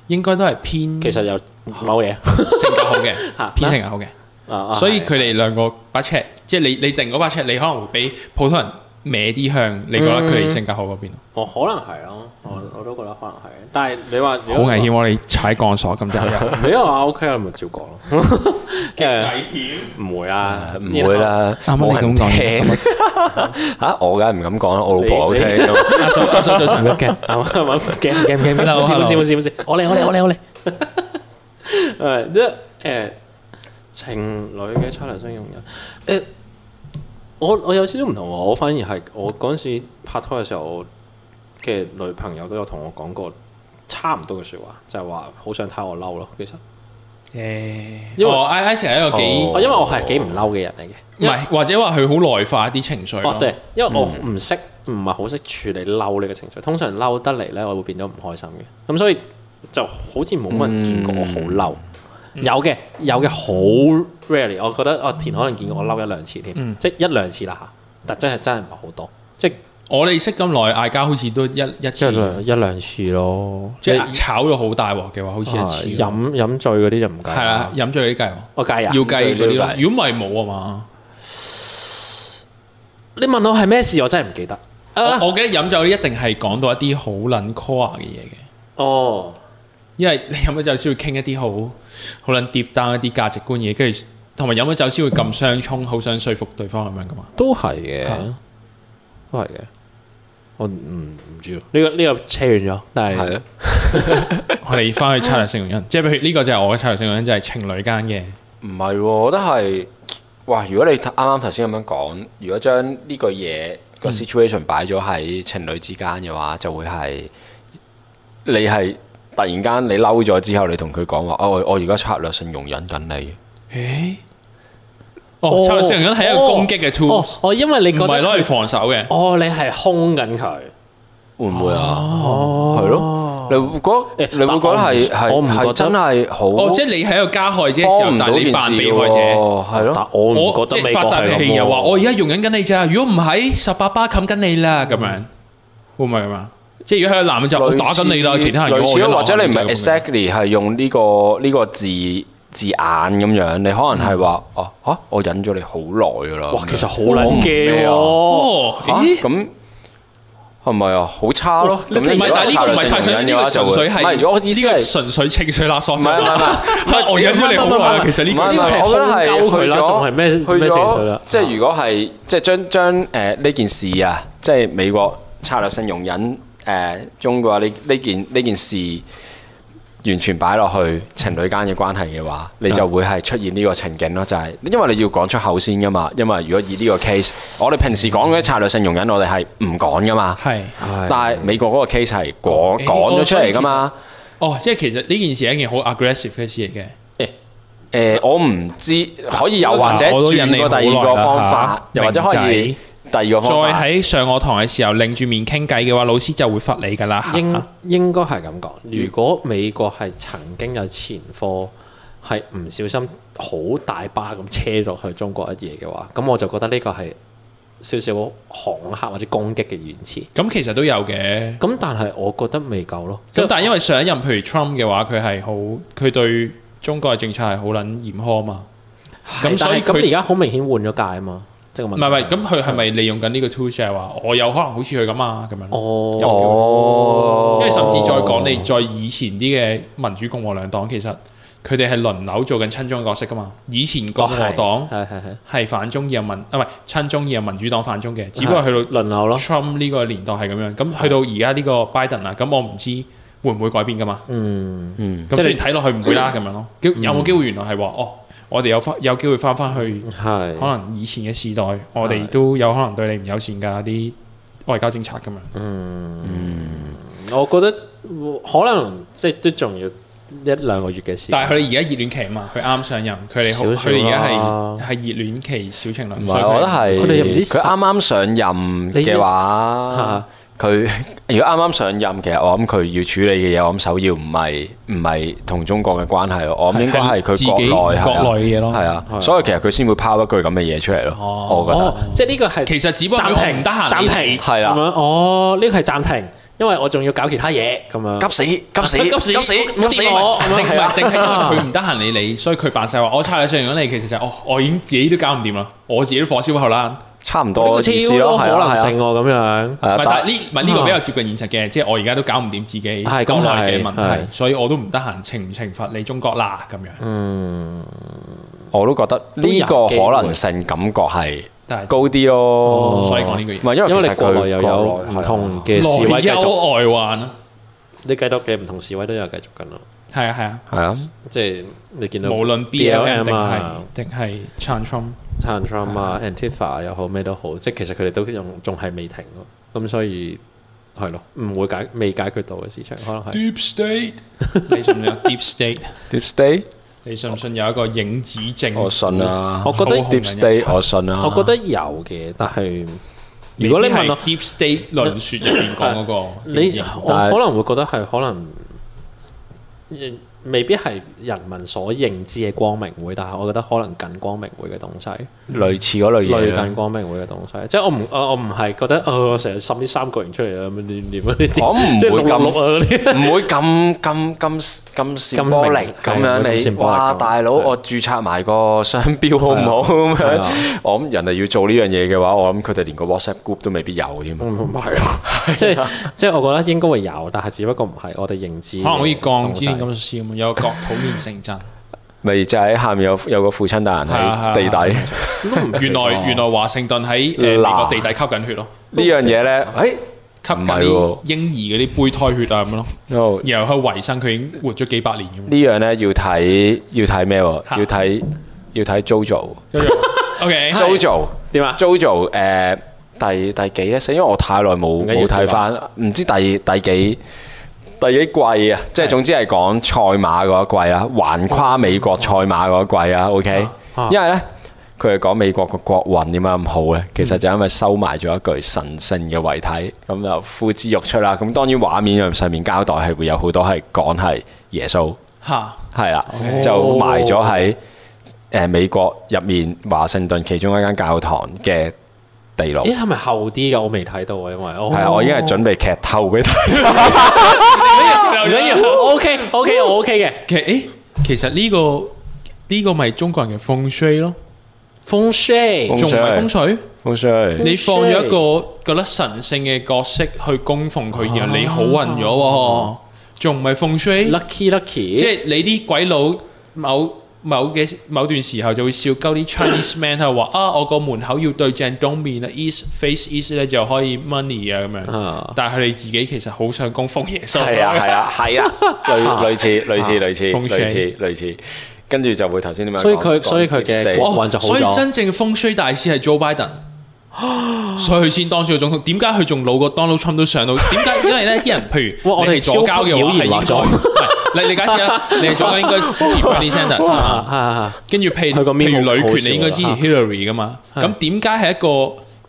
[SPEAKER 3] 應該都係偏
[SPEAKER 1] 其實有冇嘢
[SPEAKER 3] 性格好嘅，
[SPEAKER 1] 嚇
[SPEAKER 3] 偏性格好嘅，
[SPEAKER 1] 啊？
[SPEAKER 3] 所以佢哋兩個把尺，即係你你定嗰把尺，你可能會比普通人歪啲向，你覺得佢哋性格好嗰邊，
[SPEAKER 1] 我哦可能係咯，我我都覺得可能係，但係你話
[SPEAKER 3] 好危險喎！你踩鋼索咁就係
[SPEAKER 1] 險，你又話 OK 啦，咪照講咯。 誒
[SPEAKER 3] 險。
[SPEAKER 1] 唔會啊，
[SPEAKER 2] 唔會啦，
[SPEAKER 3] 啱啱
[SPEAKER 2] 冇人
[SPEAKER 3] 你咁講
[SPEAKER 2] 聽嚇，我梗係唔敢講啦，我老婆好
[SPEAKER 1] 你
[SPEAKER 2] 聽
[SPEAKER 1] 你
[SPEAKER 2] 㗎嘛
[SPEAKER 3] 阿嫂阿嫂早 晨，
[SPEAKER 1] 嘅，啱啱驚驚驚
[SPEAKER 3] Hello，
[SPEAKER 1] 冇事
[SPEAKER 3] hello
[SPEAKER 1] 冇事冇事冇事，我嚟我嚟我嚟我嚟。誒即係誒情侶嘅差良相容忍誒，我我有少少唔同喎，我反而係我嗰陣時拍拖嘅時候，我嘅女朋友都有同我講過差唔多嘅説話，就係話好想睇我嬲咯，其實。
[SPEAKER 3] 誒，因
[SPEAKER 1] 因為
[SPEAKER 3] 為 I I 哦成係一個幾
[SPEAKER 1] 我因為我係幾唔嬲嘅人嚟嘅，
[SPEAKER 3] 唔係，或者話佢好內化一啲情緒
[SPEAKER 1] 哦
[SPEAKER 3] 咯。
[SPEAKER 1] 對，因為我唔識，唔係好識處理嬲呢個情緒。通常嬲得嚟咧，我會變咗唔開心嘅。咁所以就好似冇乜人見過我好嬲。嗯有嘅，有嘅好 rarely。我覺得我田可能見過我嬲一兩次添，
[SPEAKER 3] 嗯
[SPEAKER 1] 即係一兩次啦嚇。但真係真係唔係好多，即係
[SPEAKER 3] 我哋識咁耐嗌交，好似都一一次，
[SPEAKER 1] 一兩次咯。啊
[SPEAKER 3] 即係炒咗好大鑊嘅話，好似一次咯。
[SPEAKER 1] 飲醉嗰啲就唔計啊
[SPEAKER 3] 係啦，，飲醉嗰啲計喎，
[SPEAKER 1] 我計啊，
[SPEAKER 3] 要計嗰啲
[SPEAKER 1] 要
[SPEAKER 3] 咯
[SPEAKER 1] 計。
[SPEAKER 3] 如果唔係冇啊嘛。
[SPEAKER 1] 你問我係咩事，我真係唔記得。啊
[SPEAKER 3] 我我記得飲酒一定係講到一啲好撚 core 嘅嘢嘅，
[SPEAKER 1] 哦，
[SPEAKER 3] 因為你飲咗酒先會傾一啲好好撚 deep down 一啲價值觀嘢，跟住同埋飲咗酒先會咁相衝，好想說服對方咁樣噶嘛。
[SPEAKER 1] 都係嘅
[SPEAKER 3] 嚇，
[SPEAKER 1] 都係嘅。我唔唔知喎呢個呢個扯遠咗，但
[SPEAKER 2] 係
[SPEAKER 1] 係
[SPEAKER 2] 啊，
[SPEAKER 3] 我哋翻去策略性原因，即係譬如呢個就係我嘅策略性原因，就係情侶間嘅。
[SPEAKER 2] 唔係喎，我覺得係哇！如果你啱啱頭先咁樣講，如果將呢個嘢
[SPEAKER 3] 嗯
[SPEAKER 2] 個 situation 擺咗喺情侶之間嘅話，就會係你係突然間你嬲咗之後，你同佢講話：哦，我我而家策略性容忍緊你。
[SPEAKER 3] 誒，哦，策略性原因係一個攻擊嘅 tool，
[SPEAKER 1] 哦
[SPEAKER 3] 唔，
[SPEAKER 1] 我因為你覺得
[SPEAKER 3] 係攞嚟防守嘅。
[SPEAKER 1] 哦，你係兇緊佢，
[SPEAKER 2] 會唔會啊？
[SPEAKER 1] 哦
[SPEAKER 2] 係咯，你會覺得你會覺得係
[SPEAKER 1] 但我唔我
[SPEAKER 2] 係
[SPEAKER 1] 唔覺
[SPEAKER 2] 係
[SPEAKER 1] 得
[SPEAKER 2] 真係好
[SPEAKER 3] 哦，即係你係一個加害者嘅時
[SPEAKER 2] 幫
[SPEAKER 3] 候，但
[SPEAKER 2] 唔到
[SPEAKER 3] 係你
[SPEAKER 2] 件事
[SPEAKER 3] 扮被害者。啊
[SPEAKER 2] 喎，係
[SPEAKER 1] 但
[SPEAKER 2] 咯。
[SPEAKER 1] 我
[SPEAKER 3] 我
[SPEAKER 1] 唔覺
[SPEAKER 3] 即
[SPEAKER 1] 得
[SPEAKER 3] 係
[SPEAKER 1] 美國
[SPEAKER 3] 發晒
[SPEAKER 1] 係
[SPEAKER 3] 脾
[SPEAKER 1] 咁
[SPEAKER 3] 氣又話：我
[SPEAKER 1] 喎，
[SPEAKER 3] 而家容忍緊你咋，如果唔係十八巴冚緊你啦咁樣，會唔會咁啊？即係如果係個男嘅就我
[SPEAKER 2] 嗯類似
[SPEAKER 3] 打緊你啦，其他人
[SPEAKER 2] 類似
[SPEAKER 3] 如
[SPEAKER 2] 咯，
[SPEAKER 3] 果我
[SPEAKER 2] 或者你唔係
[SPEAKER 3] 就咁樣
[SPEAKER 2] exactly 係用呢個呢個字字眼咁樣，你可能係話
[SPEAKER 3] 嗯
[SPEAKER 2] 哦嚇，我忍咗你好耐噶啦。
[SPEAKER 1] 哇，其實好
[SPEAKER 2] 我唔
[SPEAKER 1] 撚
[SPEAKER 2] 咩
[SPEAKER 1] 驚
[SPEAKER 2] 啊
[SPEAKER 1] 喎，
[SPEAKER 3] 哦，
[SPEAKER 2] 嚇
[SPEAKER 3] 咦？
[SPEAKER 2] 咁係咪啊？好差咯。咁
[SPEAKER 3] 唔係，但係呢個唔係太想，
[SPEAKER 2] 忍
[SPEAKER 3] 呢
[SPEAKER 2] 嘅
[SPEAKER 3] 個
[SPEAKER 2] 話就
[SPEAKER 3] 純
[SPEAKER 2] 會
[SPEAKER 3] 粹
[SPEAKER 2] 唔
[SPEAKER 3] 係，
[SPEAKER 2] 係我意思
[SPEAKER 3] 呢個
[SPEAKER 2] 係。
[SPEAKER 3] 純粹情緒勒索
[SPEAKER 2] 唔
[SPEAKER 3] 啫。
[SPEAKER 2] 係唔係唔係，
[SPEAKER 3] 係 我忍咗你好耐啦，其實呢
[SPEAKER 2] 唔係
[SPEAKER 3] 個
[SPEAKER 2] 唔係，我覺得係
[SPEAKER 1] 呢個係兇鳩
[SPEAKER 2] 去
[SPEAKER 1] 佢啦
[SPEAKER 2] 咗，
[SPEAKER 1] 仲係咩
[SPEAKER 2] 去
[SPEAKER 1] 咩情緒
[SPEAKER 2] 咗
[SPEAKER 1] 啦，
[SPEAKER 2] 即係如果係即係將將誒呢件事啊，即係美國策略性容忍誒中國呢呢件呢件事完全擺落去情侶間嘅關係嘅話，你就會係出現呢個情景咯，就係因為你要講出口先噶嘛，因為如果以呢個 case，我哋平時講嗰啲策略性容忍，我哋係唔講噶嘛，
[SPEAKER 3] 係
[SPEAKER 2] 但係美國嗰個 case 係講
[SPEAKER 3] 誒
[SPEAKER 2] 講咗出嚟噶嘛。
[SPEAKER 3] 哦，即係其實呢件事係一件好 aggressive 嘅事嚟嘅。
[SPEAKER 2] 誒、我唔知可以又或者
[SPEAKER 3] 我都忍你
[SPEAKER 2] 轉過
[SPEAKER 3] 好
[SPEAKER 2] 第
[SPEAKER 3] 耐啦
[SPEAKER 2] 二個方法，
[SPEAKER 3] 嚇
[SPEAKER 2] 又或者可以第二
[SPEAKER 3] 再
[SPEAKER 2] 個方法。
[SPEAKER 3] 喺上我堂嘅時候，擰住面傾偈嘅話，老師就會罰你噶啦。
[SPEAKER 1] 應應該係咁講。
[SPEAKER 3] 嗯
[SPEAKER 1] 如果美國係曾經有前科，係唔小心好大巴咁車落去中國一嘢嘅話，咁我就覺得呢個係少少恐嚇或者攻擊嘅言詞。
[SPEAKER 3] 咁其實都有嘅。
[SPEAKER 1] 咁但係我覺得未夠咯。
[SPEAKER 3] 咁但係因為上一任譬如 Trump 嘅話，佢係好佢對中國嘅政策係好撚嚴苛嘛。
[SPEAKER 1] 咁
[SPEAKER 3] 咁
[SPEAKER 1] 所
[SPEAKER 3] 所
[SPEAKER 1] 以
[SPEAKER 3] 以
[SPEAKER 1] 咁
[SPEAKER 3] 佢
[SPEAKER 1] 而家好明顯換咗界啊嘛，即係個問
[SPEAKER 3] 唔
[SPEAKER 1] 題。
[SPEAKER 3] 係唔係，咁佢係咪利用緊呢個 tool 就係話我有可能好似佢咁啊咁樣？
[SPEAKER 1] 哦，
[SPEAKER 2] 哦
[SPEAKER 3] 因為甚至再講你再以前啲嘅民主共和兩黨，其實佢哋係輪流做緊親中嘅角色噶嘛。以前共和黨
[SPEAKER 1] 係係哦係
[SPEAKER 3] 係反中意民啊，唔係親中意民主黨反中嘅，只不過去到
[SPEAKER 1] 輪流咯。
[SPEAKER 3] Trump 呢個年代係咁樣，咁去到而家呢個 Biden 啦，咁我唔知會唔會改變噶嘛？
[SPEAKER 1] 嗯，
[SPEAKER 2] 嗯，
[SPEAKER 1] 即
[SPEAKER 3] 咁
[SPEAKER 1] 係你
[SPEAKER 3] 雖
[SPEAKER 1] 嗯
[SPEAKER 3] 然睇落去唔會啦咁樣咯，叫有冇機會原來係話哦，我哋有翻有機會翻翻去
[SPEAKER 1] 係。
[SPEAKER 3] 可能以前嘅時代，我哋
[SPEAKER 1] 係
[SPEAKER 3] 都有可能對你唔友善㗎啲外交政策咁樣。
[SPEAKER 1] 我覺得可能即係都仲要一兩個月嘅時間。
[SPEAKER 3] 但係佢哋而家熱戀期啊嘛，佢啱上任，佢哋好
[SPEAKER 1] 少少
[SPEAKER 3] 佢哋而家
[SPEAKER 1] 啦
[SPEAKER 3] 係係熱戀期小情侶，
[SPEAKER 2] 唔
[SPEAKER 3] 所以
[SPEAKER 2] 係，我覺得係
[SPEAKER 1] 佢哋又唔知
[SPEAKER 2] 佢啱啱上任
[SPEAKER 1] 你
[SPEAKER 2] 嘅
[SPEAKER 1] 嚇
[SPEAKER 2] 話，佢 如果啱啱上任，其實我諗佢要處理嘅嘢，我諗首要唔係唔係同中國嘅關係咯，我諗應該係
[SPEAKER 3] 自己
[SPEAKER 2] 佢國內係啊
[SPEAKER 3] 國內嘅嘢咯
[SPEAKER 2] 係啊，所以其實佢先會拋一句咁嘅嘢出嚟咯，我覺
[SPEAKER 1] 哦
[SPEAKER 2] 得。，
[SPEAKER 1] 即係呢個係
[SPEAKER 3] 其實只不過
[SPEAKER 1] 暫
[SPEAKER 3] 佢
[SPEAKER 1] 停，
[SPEAKER 3] 唔得閒
[SPEAKER 1] 暫
[SPEAKER 3] 理你
[SPEAKER 1] 停
[SPEAKER 2] 係
[SPEAKER 1] 咁
[SPEAKER 2] 啦
[SPEAKER 1] 樣哦，呢個係暫停，因為我仲要搞其他嘢咁樣。
[SPEAKER 2] 急死！急死！
[SPEAKER 1] 急死
[SPEAKER 2] 急死！
[SPEAKER 1] 唔好
[SPEAKER 2] 急死！
[SPEAKER 1] 掂我咁
[SPEAKER 3] 定
[SPEAKER 1] 樣係
[SPEAKER 3] 係
[SPEAKER 1] 啊
[SPEAKER 3] 定係因為佢唔得閒理你，所以佢扮晒話我差你上完咗你，其實就係哦，我已經自己都搞唔掂啦，我自己都火燒後
[SPEAKER 1] 啊
[SPEAKER 3] 啦。
[SPEAKER 2] 差唔
[SPEAKER 1] 呢
[SPEAKER 2] 多
[SPEAKER 1] 個
[SPEAKER 2] 意
[SPEAKER 1] 超
[SPEAKER 2] 思咯，
[SPEAKER 1] 多可
[SPEAKER 2] 係啊，
[SPEAKER 1] 能
[SPEAKER 2] 係
[SPEAKER 1] 性喎咁樣。
[SPEAKER 2] 啊，
[SPEAKER 3] 唔係，
[SPEAKER 2] 係啊
[SPEAKER 3] 但係呢唔係呢個比較接近現實嘅，即係我而家都搞唔掂自己
[SPEAKER 1] 係咁
[SPEAKER 3] 國內嘅問
[SPEAKER 1] 係嗯
[SPEAKER 3] 題，所以我都唔得閒懲唔懲罰你中國啦咁樣。
[SPEAKER 2] 我都覺得呢個可能性感覺係
[SPEAKER 3] 但係
[SPEAKER 2] 高啲咯。
[SPEAKER 3] 所以講呢句
[SPEAKER 2] 唔係
[SPEAKER 3] 嘢，
[SPEAKER 2] 因
[SPEAKER 1] 因
[SPEAKER 2] 為其
[SPEAKER 1] 為
[SPEAKER 2] 實
[SPEAKER 1] 你國
[SPEAKER 2] 佢
[SPEAKER 1] 內又有唔同
[SPEAKER 2] 啊
[SPEAKER 1] 嘅示
[SPEAKER 3] 內
[SPEAKER 1] 威繼續，
[SPEAKER 3] 憂外患啊，
[SPEAKER 1] 你計到嘅唔同示威都有繼續緊咯。
[SPEAKER 3] 係啊係啊，
[SPEAKER 2] 係啊，
[SPEAKER 1] 即係你見到
[SPEAKER 3] 無論 BLM
[SPEAKER 1] BLM
[SPEAKER 3] 定係
[SPEAKER 1] 啊、
[SPEAKER 3] 定係 c h a n t r u m
[SPEAKER 1] Trump 啊、Antifa 又好咩都好，即係其實佢哋都仲仲係未停咯。咁所以係咯，唔會解未解決到嘅事情，可能係
[SPEAKER 3] Deep State，你信唔信有 Deep State？
[SPEAKER 2] Deep State
[SPEAKER 3] 你信唔信有一個影子政府？
[SPEAKER 2] 我信啦，
[SPEAKER 1] 我啊覺得
[SPEAKER 3] 好
[SPEAKER 2] Deep State 我信啦，
[SPEAKER 1] 我覺得有嘅，但係如果你問我
[SPEAKER 3] 係。Deep State 論説入面講嗰個，
[SPEAKER 1] 你啊我
[SPEAKER 2] 但係
[SPEAKER 1] 可能會覺得係可能亦未必係人民所認知嘅光明會，但係我覺得可能近光明會嘅東西，
[SPEAKER 2] 類似嗰類
[SPEAKER 1] 類
[SPEAKER 2] 嘢
[SPEAKER 1] 近
[SPEAKER 2] 啦。
[SPEAKER 1] 光明會嘅東西，即係我唔啊我我唔係覺得哦，我成日滲啲三角形出嚟啊，咁點點嗰啲，
[SPEAKER 2] 我唔
[SPEAKER 1] 即係六
[SPEAKER 2] 會
[SPEAKER 1] 六
[SPEAKER 2] 咁
[SPEAKER 1] 六啊嗰啲，
[SPEAKER 2] 唔會咁咁咁咁 symbolic 咁
[SPEAKER 1] 係會咁
[SPEAKER 2] 樣你
[SPEAKER 1] symbolic
[SPEAKER 2] 哇
[SPEAKER 1] 咁
[SPEAKER 2] 大佬，
[SPEAKER 1] 係
[SPEAKER 2] 我註冊埋個商標好唔好咁
[SPEAKER 1] 係
[SPEAKER 2] 樣
[SPEAKER 1] 啊？
[SPEAKER 2] 我諗人哋要做呢樣嘢嘅話，我諗佢哋連個 WhatsApp group 都未必有添。
[SPEAKER 1] 唔唔係咯，即係即係我覺得應該會有，但係只不過唔係我哋認知嘅東西，
[SPEAKER 3] 可能好似鋼之煉金術師咁，有個國土面城鎮。
[SPEAKER 2] 咪就喺下面有有個父親大人
[SPEAKER 3] 係啊係
[SPEAKER 2] 喺
[SPEAKER 3] 啊
[SPEAKER 2] 地
[SPEAKER 3] 係
[SPEAKER 2] 底。
[SPEAKER 3] 原
[SPEAKER 1] 啊
[SPEAKER 3] 來原來華盛頓喺誒美國
[SPEAKER 2] 嗱
[SPEAKER 3] 地底吸緊血咯，
[SPEAKER 2] 呢樣嘢咧，誒
[SPEAKER 3] 吸緊
[SPEAKER 2] 唔
[SPEAKER 3] 啲嬰兒嗰啲胚胎血啊咁樣咯，
[SPEAKER 2] no，
[SPEAKER 3] 然後去維生，佢已經活咗幾百年咁樣。
[SPEAKER 2] 呢樣咧要睇要睇咩喎？
[SPEAKER 3] 嚇
[SPEAKER 2] 要睇要睇 JoJo。
[SPEAKER 3] O K，
[SPEAKER 2] JoJo
[SPEAKER 1] 點啊？
[SPEAKER 2] JoJo 誒第第幾咧？因為我太耐冇
[SPEAKER 1] 唔緊要
[SPEAKER 2] 冇睇翻，唔知第第幾第幾季啊？即係總之係講賽馬嗰一季啦，橫跨美國賽馬嗰一季啦。OK，
[SPEAKER 1] 啊
[SPEAKER 2] 因為咧佢係講美國個國運點解咁好咧，其實就因為收埋咗一具神聖嘅遺體，咁就呼之欲出啦。咁當然畫面上面交代係會有好多係講係耶穌。
[SPEAKER 3] 嚇
[SPEAKER 2] 係啦，就埋咗喺誒美國入面華盛頓其中一間教堂嘅地牢。
[SPEAKER 1] 咦，係咪厚啲嘅？我未睇到啊，因為我
[SPEAKER 2] 係啊，我已經係準備劇透俾大 家。
[SPEAKER 1] 唔緊要，OK OK，我 OK 嘅。
[SPEAKER 3] 其實誒，其實呢個呢個咪中國人嘅風水咯，
[SPEAKER 1] 風 share
[SPEAKER 2] 風
[SPEAKER 3] 仲唔係風水？
[SPEAKER 2] 好衰，
[SPEAKER 3] 你放咗一個覺得神聖嘅角色去供奉佢，然後你好運咗喎，仲唔係風水？
[SPEAKER 1] lucky lucky，
[SPEAKER 3] 即係你啲鬼佬某某嘅某段時候就會笑鳩啲 Chinese man 係話啊，我個門口要對正東面啦，east face east 咧就可以 money 啊咁樣
[SPEAKER 1] 啊。
[SPEAKER 3] 但係佢哋自己其實好想供奉耶穌。
[SPEAKER 2] 係啊係啊係啊， 類類似類似類似
[SPEAKER 3] 風
[SPEAKER 2] 類
[SPEAKER 3] 水
[SPEAKER 2] 似類似，跟住就會頭先點樣講？
[SPEAKER 1] 所以佢
[SPEAKER 2] 講
[SPEAKER 1] 所以佢嘅
[SPEAKER 2] deep state
[SPEAKER 1] 國
[SPEAKER 3] 哦
[SPEAKER 1] 運就好咗
[SPEAKER 3] 所以真正嘅風衰大師係 Joe Biden，所以佢先當選咗總統。點解佢仲老過 Donald Trump 都上到？點解？因為咧啲人，譬 如
[SPEAKER 1] 哇我哋
[SPEAKER 3] 你係左
[SPEAKER 1] 超
[SPEAKER 3] 交嘅話
[SPEAKER 1] 級妖
[SPEAKER 3] 係
[SPEAKER 1] 言
[SPEAKER 3] 應
[SPEAKER 1] 惑
[SPEAKER 3] 該
[SPEAKER 1] 眾
[SPEAKER 3] 唔係，你你解釋啦， 你係左交應該支持 Bernie Sanders 啊嘛
[SPEAKER 1] 啊啊啊
[SPEAKER 3] 跟住譬如
[SPEAKER 1] 佢個面
[SPEAKER 3] 譬如
[SPEAKER 1] 好
[SPEAKER 3] 女
[SPEAKER 1] 好
[SPEAKER 3] 權，你應該支持
[SPEAKER 1] 笑啊
[SPEAKER 3] Hillary 噶嘛？咁點解係一個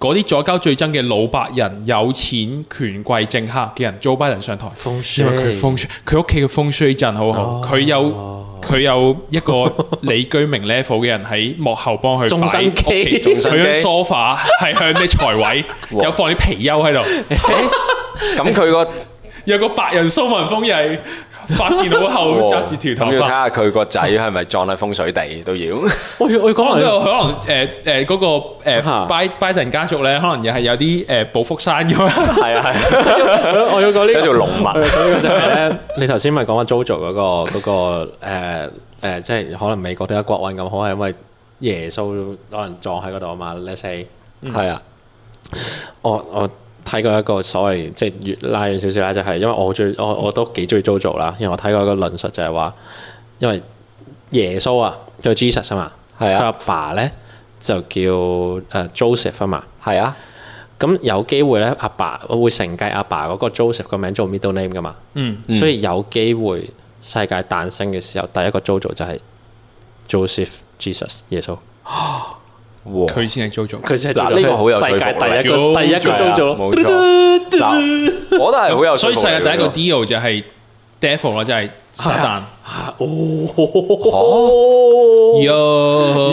[SPEAKER 3] 嗰啲左交最憎嘅老白人、有錢、權貴、政客嘅人 Joe Biden 上台？
[SPEAKER 1] 風
[SPEAKER 3] 因
[SPEAKER 1] share，
[SPEAKER 2] 啊
[SPEAKER 3] 為佢風水，佢屋企嘅風水陣好
[SPEAKER 2] 哦
[SPEAKER 3] 好，佢有佢有一 個李居明 level 嘅人喺幕後幫佢
[SPEAKER 1] 眾
[SPEAKER 3] 擺
[SPEAKER 1] 生機
[SPEAKER 3] 屋企
[SPEAKER 2] 眾生機
[SPEAKER 3] 佢張 sofa 係向咩財 位，
[SPEAKER 2] 哇
[SPEAKER 3] 有放啲貔貅喺度，
[SPEAKER 2] 咁佢 個
[SPEAKER 3] 有個白人蘇文峰又係髮線好厚，紮住條頭
[SPEAKER 2] 咁要睇
[SPEAKER 3] 髮。
[SPEAKER 2] 下佢個仔係咪撞喺風水地 都要。
[SPEAKER 1] 我要我要
[SPEAKER 3] 可能
[SPEAKER 1] 講
[SPEAKER 3] 都
[SPEAKER 1] 嚟
[SPEAKER 3] 有可能誒誒嗰個誒
[SPEAKER 2] 啊
[SPEAKER 1] 嚇
[SPEAKER 3] 拜拜登家族咧，可能又係有啲誒報復山咁樣。
[SPEAKER 2] 係啊係啊，
[SPEAKER 1] 我要講呢
[SPEAKER 2] 有條
[SPEAKER 1] 個。
[SPEAKER 2] 龍
[SPEAKER 1] 我
[SPEAKER 2] 脈
[SPEAKER 1] 要。講呢個就係咧，你頭先咪講話 JoJo 嗰個嗰個誒誒，即係可能美國都有國運咁好，係因為耶穌可能撞喺嗰度啊嘛。Let's say
[SPEAKER 2] 係啊，
[SPEAKER 1] 我我睇過一個所謂即係越拉遠少少啦，就係因為我最我我都幾中意 JoJo 啦，因為我睇過一個論述就係話，因為耶穌啊，叫 Jesus 啊嘛，
[SPEAKER 2] 係啊
[SPEAKER 1] 佢阿爸咧就叫誒 Joseph 啊嘛。
[SPEAKER 2] 係啊，
[SPEAKER 1] 咁有機會咧，阿爸我會承繼阿爸嗰個 Joseph 個名做 middle name 噶嘛，
[SPEAKER 3] 嗯，
[SPEAKER 1] 所以有機會世界誕生嘅時候，第一個 JoJo 就係 Joseph Jesus 耶穌，
[SPEAKER 2] 哇！
[SPEAKER 3] 佢先係 JoJo。
[SPEAKER 1] 佢先係
[SPEAKER 2] 嗱
[SPEAKER 1] JoJo，
[SPEAKER 2] 呢個好
[SPEAKER 1] 世
[SPEAKER 2] 有說服
[SPEAKER 1] 界
[SPEAKER 2] 力
[SPEAKER 1] 第一個
[SPEAKER 3] JoJo
[SPEAKER 1] 第一個
[SPEAKER 2] 係啊
[SPEAKER 1] JoJo
[SPEAKER 2] 冇錯。嗱，我都係好有
[SPEAKER 3] 所
[SPEAKER 2] 說
[SPEAKER 3] 以
[SPEAKER 2] 服
[SPEAKER 3] 世界
[SPEAKER 2] 力嘅
[SPEAKER 3] 第一個
[SPEAKER 2] 喎
[SPEAKER 3] deal 就係 devil 啦，就係 撒旦。
[SPEAKER 1] 哦，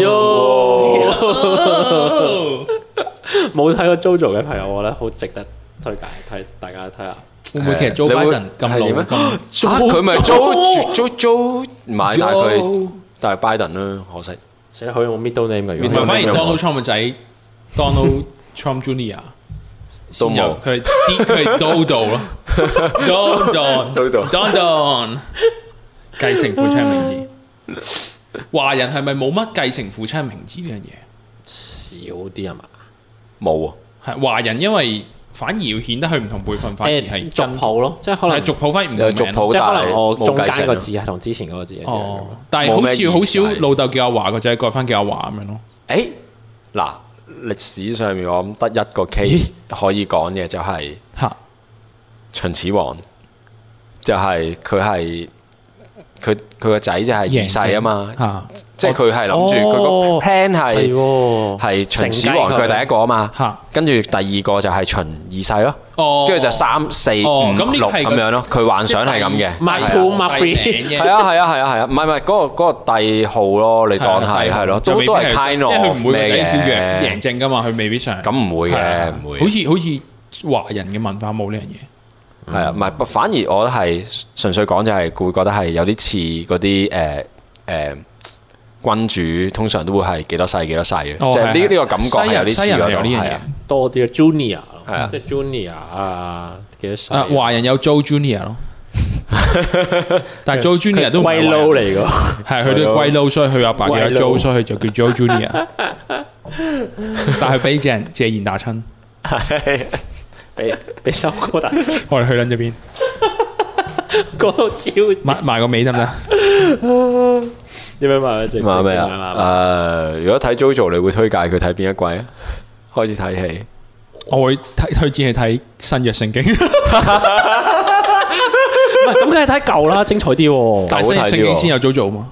[SPEAKER 3] Yo，
[SPEAKER 1] 冇睇過 JoJo 嘅朋友，我覺得好值得推介，睇大家睇下。
[SPEAKER 3] 會啊唔會其實 Joe
[SPEAKER 2] 你會
[SPEAKER 3] Biden 咁老
[SPEAKER 2] 係點咧
[SPEAKER 3] 咁？
[SPEAKER 2] 啊，佢咪
[SPEAKER 1] Joe-
[SPEAKER 2] Joe Joe Joe 買，但係佢但係 Biden 啦，可惜
[SPEAKER 1] 死啦，佢有冇 middle name 嘅？如
[SPEAKER 3] 唔
[SPEAKER 1] 果
[SPEAKER 3] 係，反而
[SPEAKER 2] Joe-
[SPEAKER 3] Donald Trump 嘅仔 Donald Trump Jr.
[SPEAKER 2] 都
[SPEAKER 3] 先有
[SPEAKER 2] 冇
[SPEAKER 3] 佢係 D 佢係 Dodo 咯，Dodon
[SPEAKER 2] Dodo
[SPEAKER 3] Dodon 繼承父親名字。華人係咪冇乜繼承父親名字呢樣嘢？
[SPEAKER 1] 少啲啊嘛。
[SPEAKER 2] 冇啊，
[SPEAKER 3] 係華人，因為反而要顯得佢唔同輩分，反而係
[SPEAKER 1] 誒，族
[SPEAKER 3] 真
[SPEAKER 1] 譜咯，即係可能
[SPEAKER 3] 係族譜反而唔
[SPEAKER 2] 有
[SPEAKER 3] 同
[SPEAKER 2] 族
[SPEAKER 3] 名
[SPEAKER 2] 譜
[SPEAKER 1] 即係可
[SPEAKER 2] 但係
[SPEAKER 1] 能我
[SPEAKER 2] 冇
[SPEAKER 1] 中
[SPEAKER 2] 繼
[SPEAKER 1] 間
[SPEAKER 2] 承
[SPEAKER 1] 個
[SPEAKER 2] 啊
[SPEAKER 1] 字係同之前嗰個字一樣咁樣
[SPEAKER 3] 哦，但係好
[SPEAKER 2] 冇咩
[SPEAKER 3] 似
[SPEAKER 2] 意
[SPEAKER 3] 好
[SPEAKER 2] 思
[SPEAKER 3] 少老豆叫阿華，個仔改翻叫阿華咁樣咯。
[SPEAKER 2] 誒嗱，歷史上面我諗得一個 case 可以講嘅就係
[SPEAKER 3] 嚇，
[SPEAKER 2] 秦始皇，就係佢係佢佢個仔就係二世啊嘛，
[SPEAKER 3] 嚇
[SPEAKER 2] 即係佢係諗住佢
[SPEAKER 1] 哦
[SPEAKER 2] 個 plan
[SPEAKER 1] 係
[SPEAKER 2] 係
[SPEAKER 1] 喎，
[SPEAKER 2] 係秦始皇
[SPEAKER 1] 承繼
[SPEAKER 2] 佢係第一個啊嘛，
[SPEAKER 3] 嚇，
[SPEAKER 2] 跟住第二個就係秦二世咯。
[SPEAKER 3] 哦，
[SPEAKER 2] 跟住就三四
[SPEAKER 3] 哦咁
[SPEAKER 2] 五
[SPEAKER 3] 呢個
[SPEAKER 2] 六
[SPEAKER 3] 係
[SPEAKER 2] 咁
[SPEAKER 3] 佢
[SPEAKER 2] 樣咯，佢幻想係咁嘅，
[SPEAKER 1] My
[SPEAKER 2] 係
[SPEAKER 1] two,
[SPEAKER 2] 啊
[SPEAKER 1] my three
[SPEAKER 2] 係啊係啊係啊係啊，唔係唔係嗰個嗰個帝號咯，你當係係咯，都都係 kind
[SPEAKER 3] 即係佢
[SPEAKER 2] of
[SPEAKER 3] 唔會個仔叫楊
[SPEAKER 2] 咩
[SPEAKER 3] 楊正噶嘛，佢未必上。
[SPEAKER 2] 嘅，咁唔會
[SPEAKER 3] 係
[SPEAKER 2] 嘅，
[SPEAKER 3] 啊
[SPEAKER 2] 唔會
[SPEAKER 3] 好
[SPEAKER 2] 嘅，
[SPEAKER 3] 似好似華人嘅文化冇呢樣嘢。
[SPEAKER 2] 係啊，唔係，不反而我覺得係純粹講就係會覺得係有啲似嗰啲誒誒君主通常都會係幾多世幾多世嘅，
[SPEAKER 3] 哦
[SPEAKER 2] 即係
[SPEAKER 3] 係
[SPEAKER 2] 呢
[SPEAKER 3] 係
[SPEAKER 2] 呢個感覺係有啲似
[SPEAKER 3] 西人西人
[SPEAKER 2] 嗰
[SPEAKER 3] 係有
[SPEAKER 2] 種
[SPEAKER 3] 呢樣
[SPEAKER 2] 係
[SPEAKER 3] 嘢
[SPEAKER 2] 啊。
[SPEAKER 1] 多啲嘅 junior
[SPEAKER 2] 係啊
[SPEAKER 3] À,
[SPEAKER 1] 咯，即係 junior 啊，幾多歲？
[SPEAKER 3] 啊，華人有 Joe Junior 咯，但係 Joe Junior 都唔係
[SPEAKER 1] 龜
[SPEAKER 3] 壞人
[SPEAKER 1] 撈嚟㗎，
[SPEAKER 3] 係佢都係龜佬，所以佢阿爸叫阿
[SPEAKER 1] 龜佬
[SPEAKER 3] Jo，所以佢就叫 Jo Junior。但係俾謝謝賢打親，
[SPEAKER 1] 俾俾收哥打
[SPEAKER 3] 我哋去撚咗邊？
[SPEAKER 1] 嗰度招
[SPEAKER 3] 埋埋個尾得唔得？
[SPEAKER 1] 點樣買正
[SPEAKER 2] 嘛
[SPEAKER 1] 正
[SPEAKER 2] 咩
[SPEAKER 1] 正
[SPEAKER 2] 啊？
[SPEAKER 1] 啊？
[SPEAKER 2] 誒，如果睇 JoJo，你會推介佢睇邊一季啊？開始睇戲，
[SPEAKER 3] 我會推推薦去睇新約聖經，
[SPEAKER 1] 唔係咁，梗係睇舊啦，精彩啲喎。
[SPEAKER 3] 但係
[SPEAKER 2] 好
[SPEAKER 3] 新
[SPEAKER 2] 睇
[SPEAKER 3] 約聖經
[SPEAKER 2] 啲喎
[SPEAKER 3] 先有 JoJo 嘛？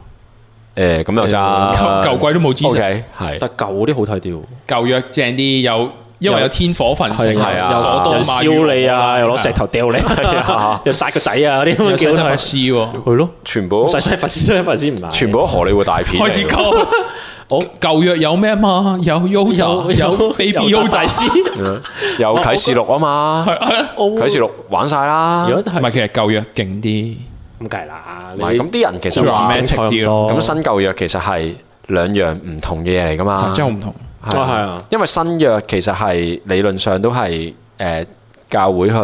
[SPEAKER 2] 誒咁又
[SPEAKER 1] 誒
[SPEAKER 2] 咋？
[SPEAKER 3] 舊舊季都冇
[SPEAKER 2] O
[SPEAKER 3] Jesus，
[SPEAKER 2] K，係
[SPEAKER 1] 但舊嗰啲好睇啲喎，
[SPEAKER 3] 舊約正啲，有因為有天火焚城，
[SPEAKER 1] 係
[SPEAKER 2] 係啊
[SPEAKER 1] 又
[SPEAKER 3] 所多
[SPEAKER 1] 又
[SPEAKER 3] 瑪與
[SPEAKER 1] 燒你啊，
[SPEAKER 3] 蛾
[SPEAKER 1] 又
[SPEAKER 3] 摩拉
[SPEAKER 1] 攞石，頭掉你啊， 又殺個仔啊，嗰啲咁
[SPEAKER 3] 有
[SPEAKER 1] 樣叫
[SPEAKER 3] 西西弗
[SPEAKER 1] 佢。
[SPEAKER 3] 斯 喎。
[SPEAKER 1] 係咯，
[SPEAKER 2] 全部
[SPEAKER 1] 細細佛師，細細佛師唔係。
[SPEAKER 2] 全部都荷里活大片嚟
[SPEAKER 3] 開
[SPEAKER 2] 㗎，
[SPEAKER 3] 始講，我 舊約有咩嘛？有
[SPEAKER 2] 啊
[SPEAKER 3] Yoda，有 Baby
[SPEAKER 1] 哦有
[SPEAKER 3] Yoda
[SPEAKER 1] 大。師。哦
[SPEAKER 2] 有啟示錄啊嘛，啟示錄玩晒啦
[SPEAKER 1] 如。果
[SPEAKER 3] 唔
[SPEAKER 1] 係
[SPEAKER 3] 係，其實舊約勁啲，
[SPEAKER 1] 咁計啦，
[SPEAKER 2] 唔係咁啲人其實
[SPEAKER 3] 故
[SPEAKER 2] 唔
[SPEAKER 3] 事
[SPEAKER 2] 係
[SPEAKER 3] dramatic 啲咯
[SPEAKER 2] 咁新舊約其實係兩樣唔同嘅嘢嚟噶嘛。
[SPEAKER 3] 啊真係好唔同。
[SPEAKER 1] 哦係啊，
[SPEAKER 2] 因為新約其實係理論上都係誒教會去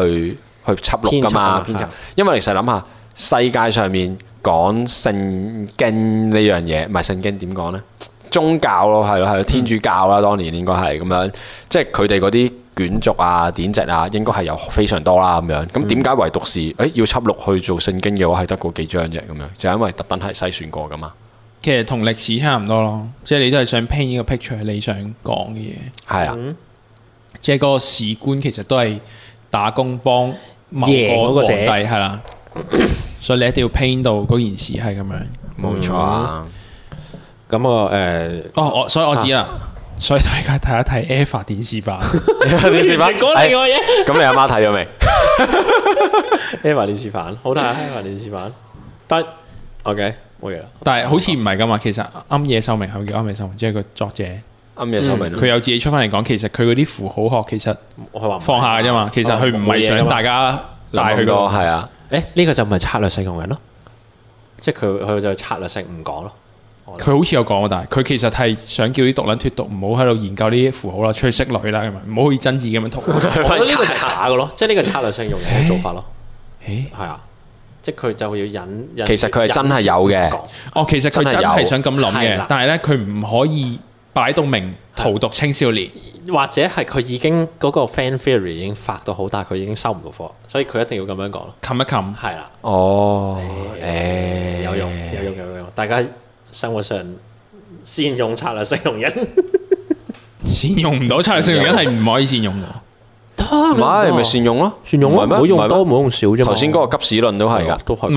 [SPEAKER 2] 去輯錄
[SPEAKER 1] 編
[SPEAKER 2] 噶嘛，
[SPEAKER 1] 輯啊編輯
[SPEAKER 2] 因為其實諗下世界上面講聖經呢樣嘢，唔係聖經點講呢？宗教咯，係咯，係
[SPEAKER 1] 嗯
[SPEAKER 2] 咯，天主教啦，當年應該係咁樣，即係佢哋嗰啲卷軸啊、典籍啊，應該係有非常多啦咁樣。
[SPEAKER 1] 嗯
[SPEAKER 2] 咁點解唯獨是誒要輯錄去做聖經嘅話，係得嗰幾章啫咁樣？就因為特登係篩選過噶嘛。
[SPEAKER 3] 其實同歷史差唔多咯，即係你都係想 paint 呢個 picture，你想講嘅嘢，
[SPEAKER 1] 嗯
[SPEAKER 2] 係啊，
[SPEAKER 3] 即係嗰個士官其實都係打工幫某
[SPEAKER 1] 贏嗰
[SPEAKER 3] 個
[SPEAKER 1] 個
[SPEAKER 3] 皇帝
[SPEAKER 1] 者
[SPEAKER 3] 係啦，所以你一定要 paint 到嗰件事係咁樣。
[SPEAKER 2] 冇錯啊。
[SPEAKER 1] 嗯咁啊誒，
[SPEAKER 3] 哦，我所以我知啦，所以大家睇一睇 Alpha 電視版，
[SPEAKER 2] 你
[SPEAKER 1] 你講另外嘢。
[SPEAKER 2] 哎咁你阿媽睇咗未？
[SPEAKER 1] Eva 電視版好睇 啊，Eva 電視版得 OK 冇嘢啦。
[SPEAKER 3] 但係好似唔係噶嘛。其實暗夜秀明係咪叫暗夜秀明，即係個作者，
[SPEAKER 1] 嗯
[SPEAKER 2] 啱嘢收明
[SPEAKER 3] 佢有自己出翻嚟講，其實佢嗰啲符號學其實
[SPEAKER 1] 我係話唔係
[SPEAKER 3] 放下嘅啫嘛，其實佢唔係
[SPEAKER 1] 冇嘢㗎
[SPEAKER 3] 想
[SPEAKER 1] 嘛
[SPEAKER 3] 大家帶
[SPEAKER 2] 佢
[SPEAKER 3] 佢
[SPEAKER 2] 個
[SPEAKER 3] 個。
[SPEAKER 2] 係啊，
[SPEAKER 1] 誒呢個就唔係策略性用人咯，即係佢佢就策略性唔講咯。
[SPEAKER 3] 佢好似有講喎，但係佢其實係想叫啲獨撚脱毒，唔好喺度研究呢啲符號啦，出去識女啦，咁樣唔好好似真字咁樣讀。
[SPEAKER 1] 我覺得呢個就係假嘅咯，即係呢個策略性用人嘅做法咯，
[SPEAKER 3] 誒，
[SPEAKER 1] 係啊，即係佢就要引引。
[SPEAKER 2] 嗯其實佢係真係有嘅
[SPEAKER 1] 引住唔講
[SPEAKER 3] 哦，其實佢
[SPEAKER 2] 真係
[SPEAKER 3] 真
[SPEAKER 2] 有
[SPEAKER 3] 係想咁諗
[SPEAKER 1] 係
[SPEAKER 3] 嘅
[SPEAKER 1] 啦，
[SPEAKER 3] 但係咧佢唔可以擺到明荼毒青少年。
[SPEAKER 1] 或者係佢已經嗰個 fan theory 已經發到好，但係佢已經收唔到貨，所以佢一定要咁樣講咯。
[SPEAKER 3] 冚一冚，
[SPEAKER 1] 係啦，
[SPEAKER 2] 哦，誒，
[SPEAKER 1] 誒有用有用有用，大家生活上善用策略性用人，
[SPEAKER 3] 善用唔到策略性原因係唔可以善用嘅。
[SPEAKER 2] 唔係咪善用咯？
[SPEAKER 1] 善用咯，
[SPEAKER 2] 唔係
[SPEAKER 1] 唔
[SPEAKER 2] 咩
[SPEAKER 1] 好
[SPEAKER 2] 唔係
[SPEAKER 1] 用
[SPEAKER 2] 咩
[SPEAKER 1] 多，唔好用少啫嘛。
[SPEAKER 2] 頭先嗰個急屎論都係噶，
[SPEAKER 1] 都係嗯
[SPEAKER 3] 唔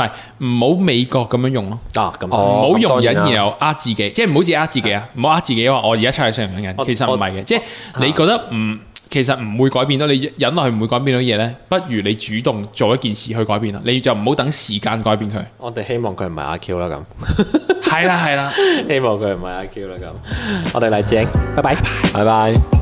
[SPEAKER 3] 係唔好美國咁樣用咯，
[SPEAKER 1] 啊咁。
[SPEAKER 2] 哦
[SPEAKER 3] 唔好容忍
[SPEAKER 2] 咁當然啦
[SPEAKER 3] 然後呃自己，即係唔好自己呃自己啊！唔好呃自己話我而家策略性容忍，
[SPEAKER 1] 我
[SPEAKER 3] 其實唔係嘅，即係你覺得唔其實唔會改變到你忍落去唔會改變到嘢咧，不如你主動做一件事去改變啦，你就唔好等時間改變佢。
[SPEAKER 1] 我哋希望佢唔係阿 Q 啦
[SPEAKER 3] 係啦係啦。
[SPEAKER 1] 咁，希望佢唔係阿 Q 啦咁。我哋黎智英，拜拜。
[SPEAKER 2] 拜拜。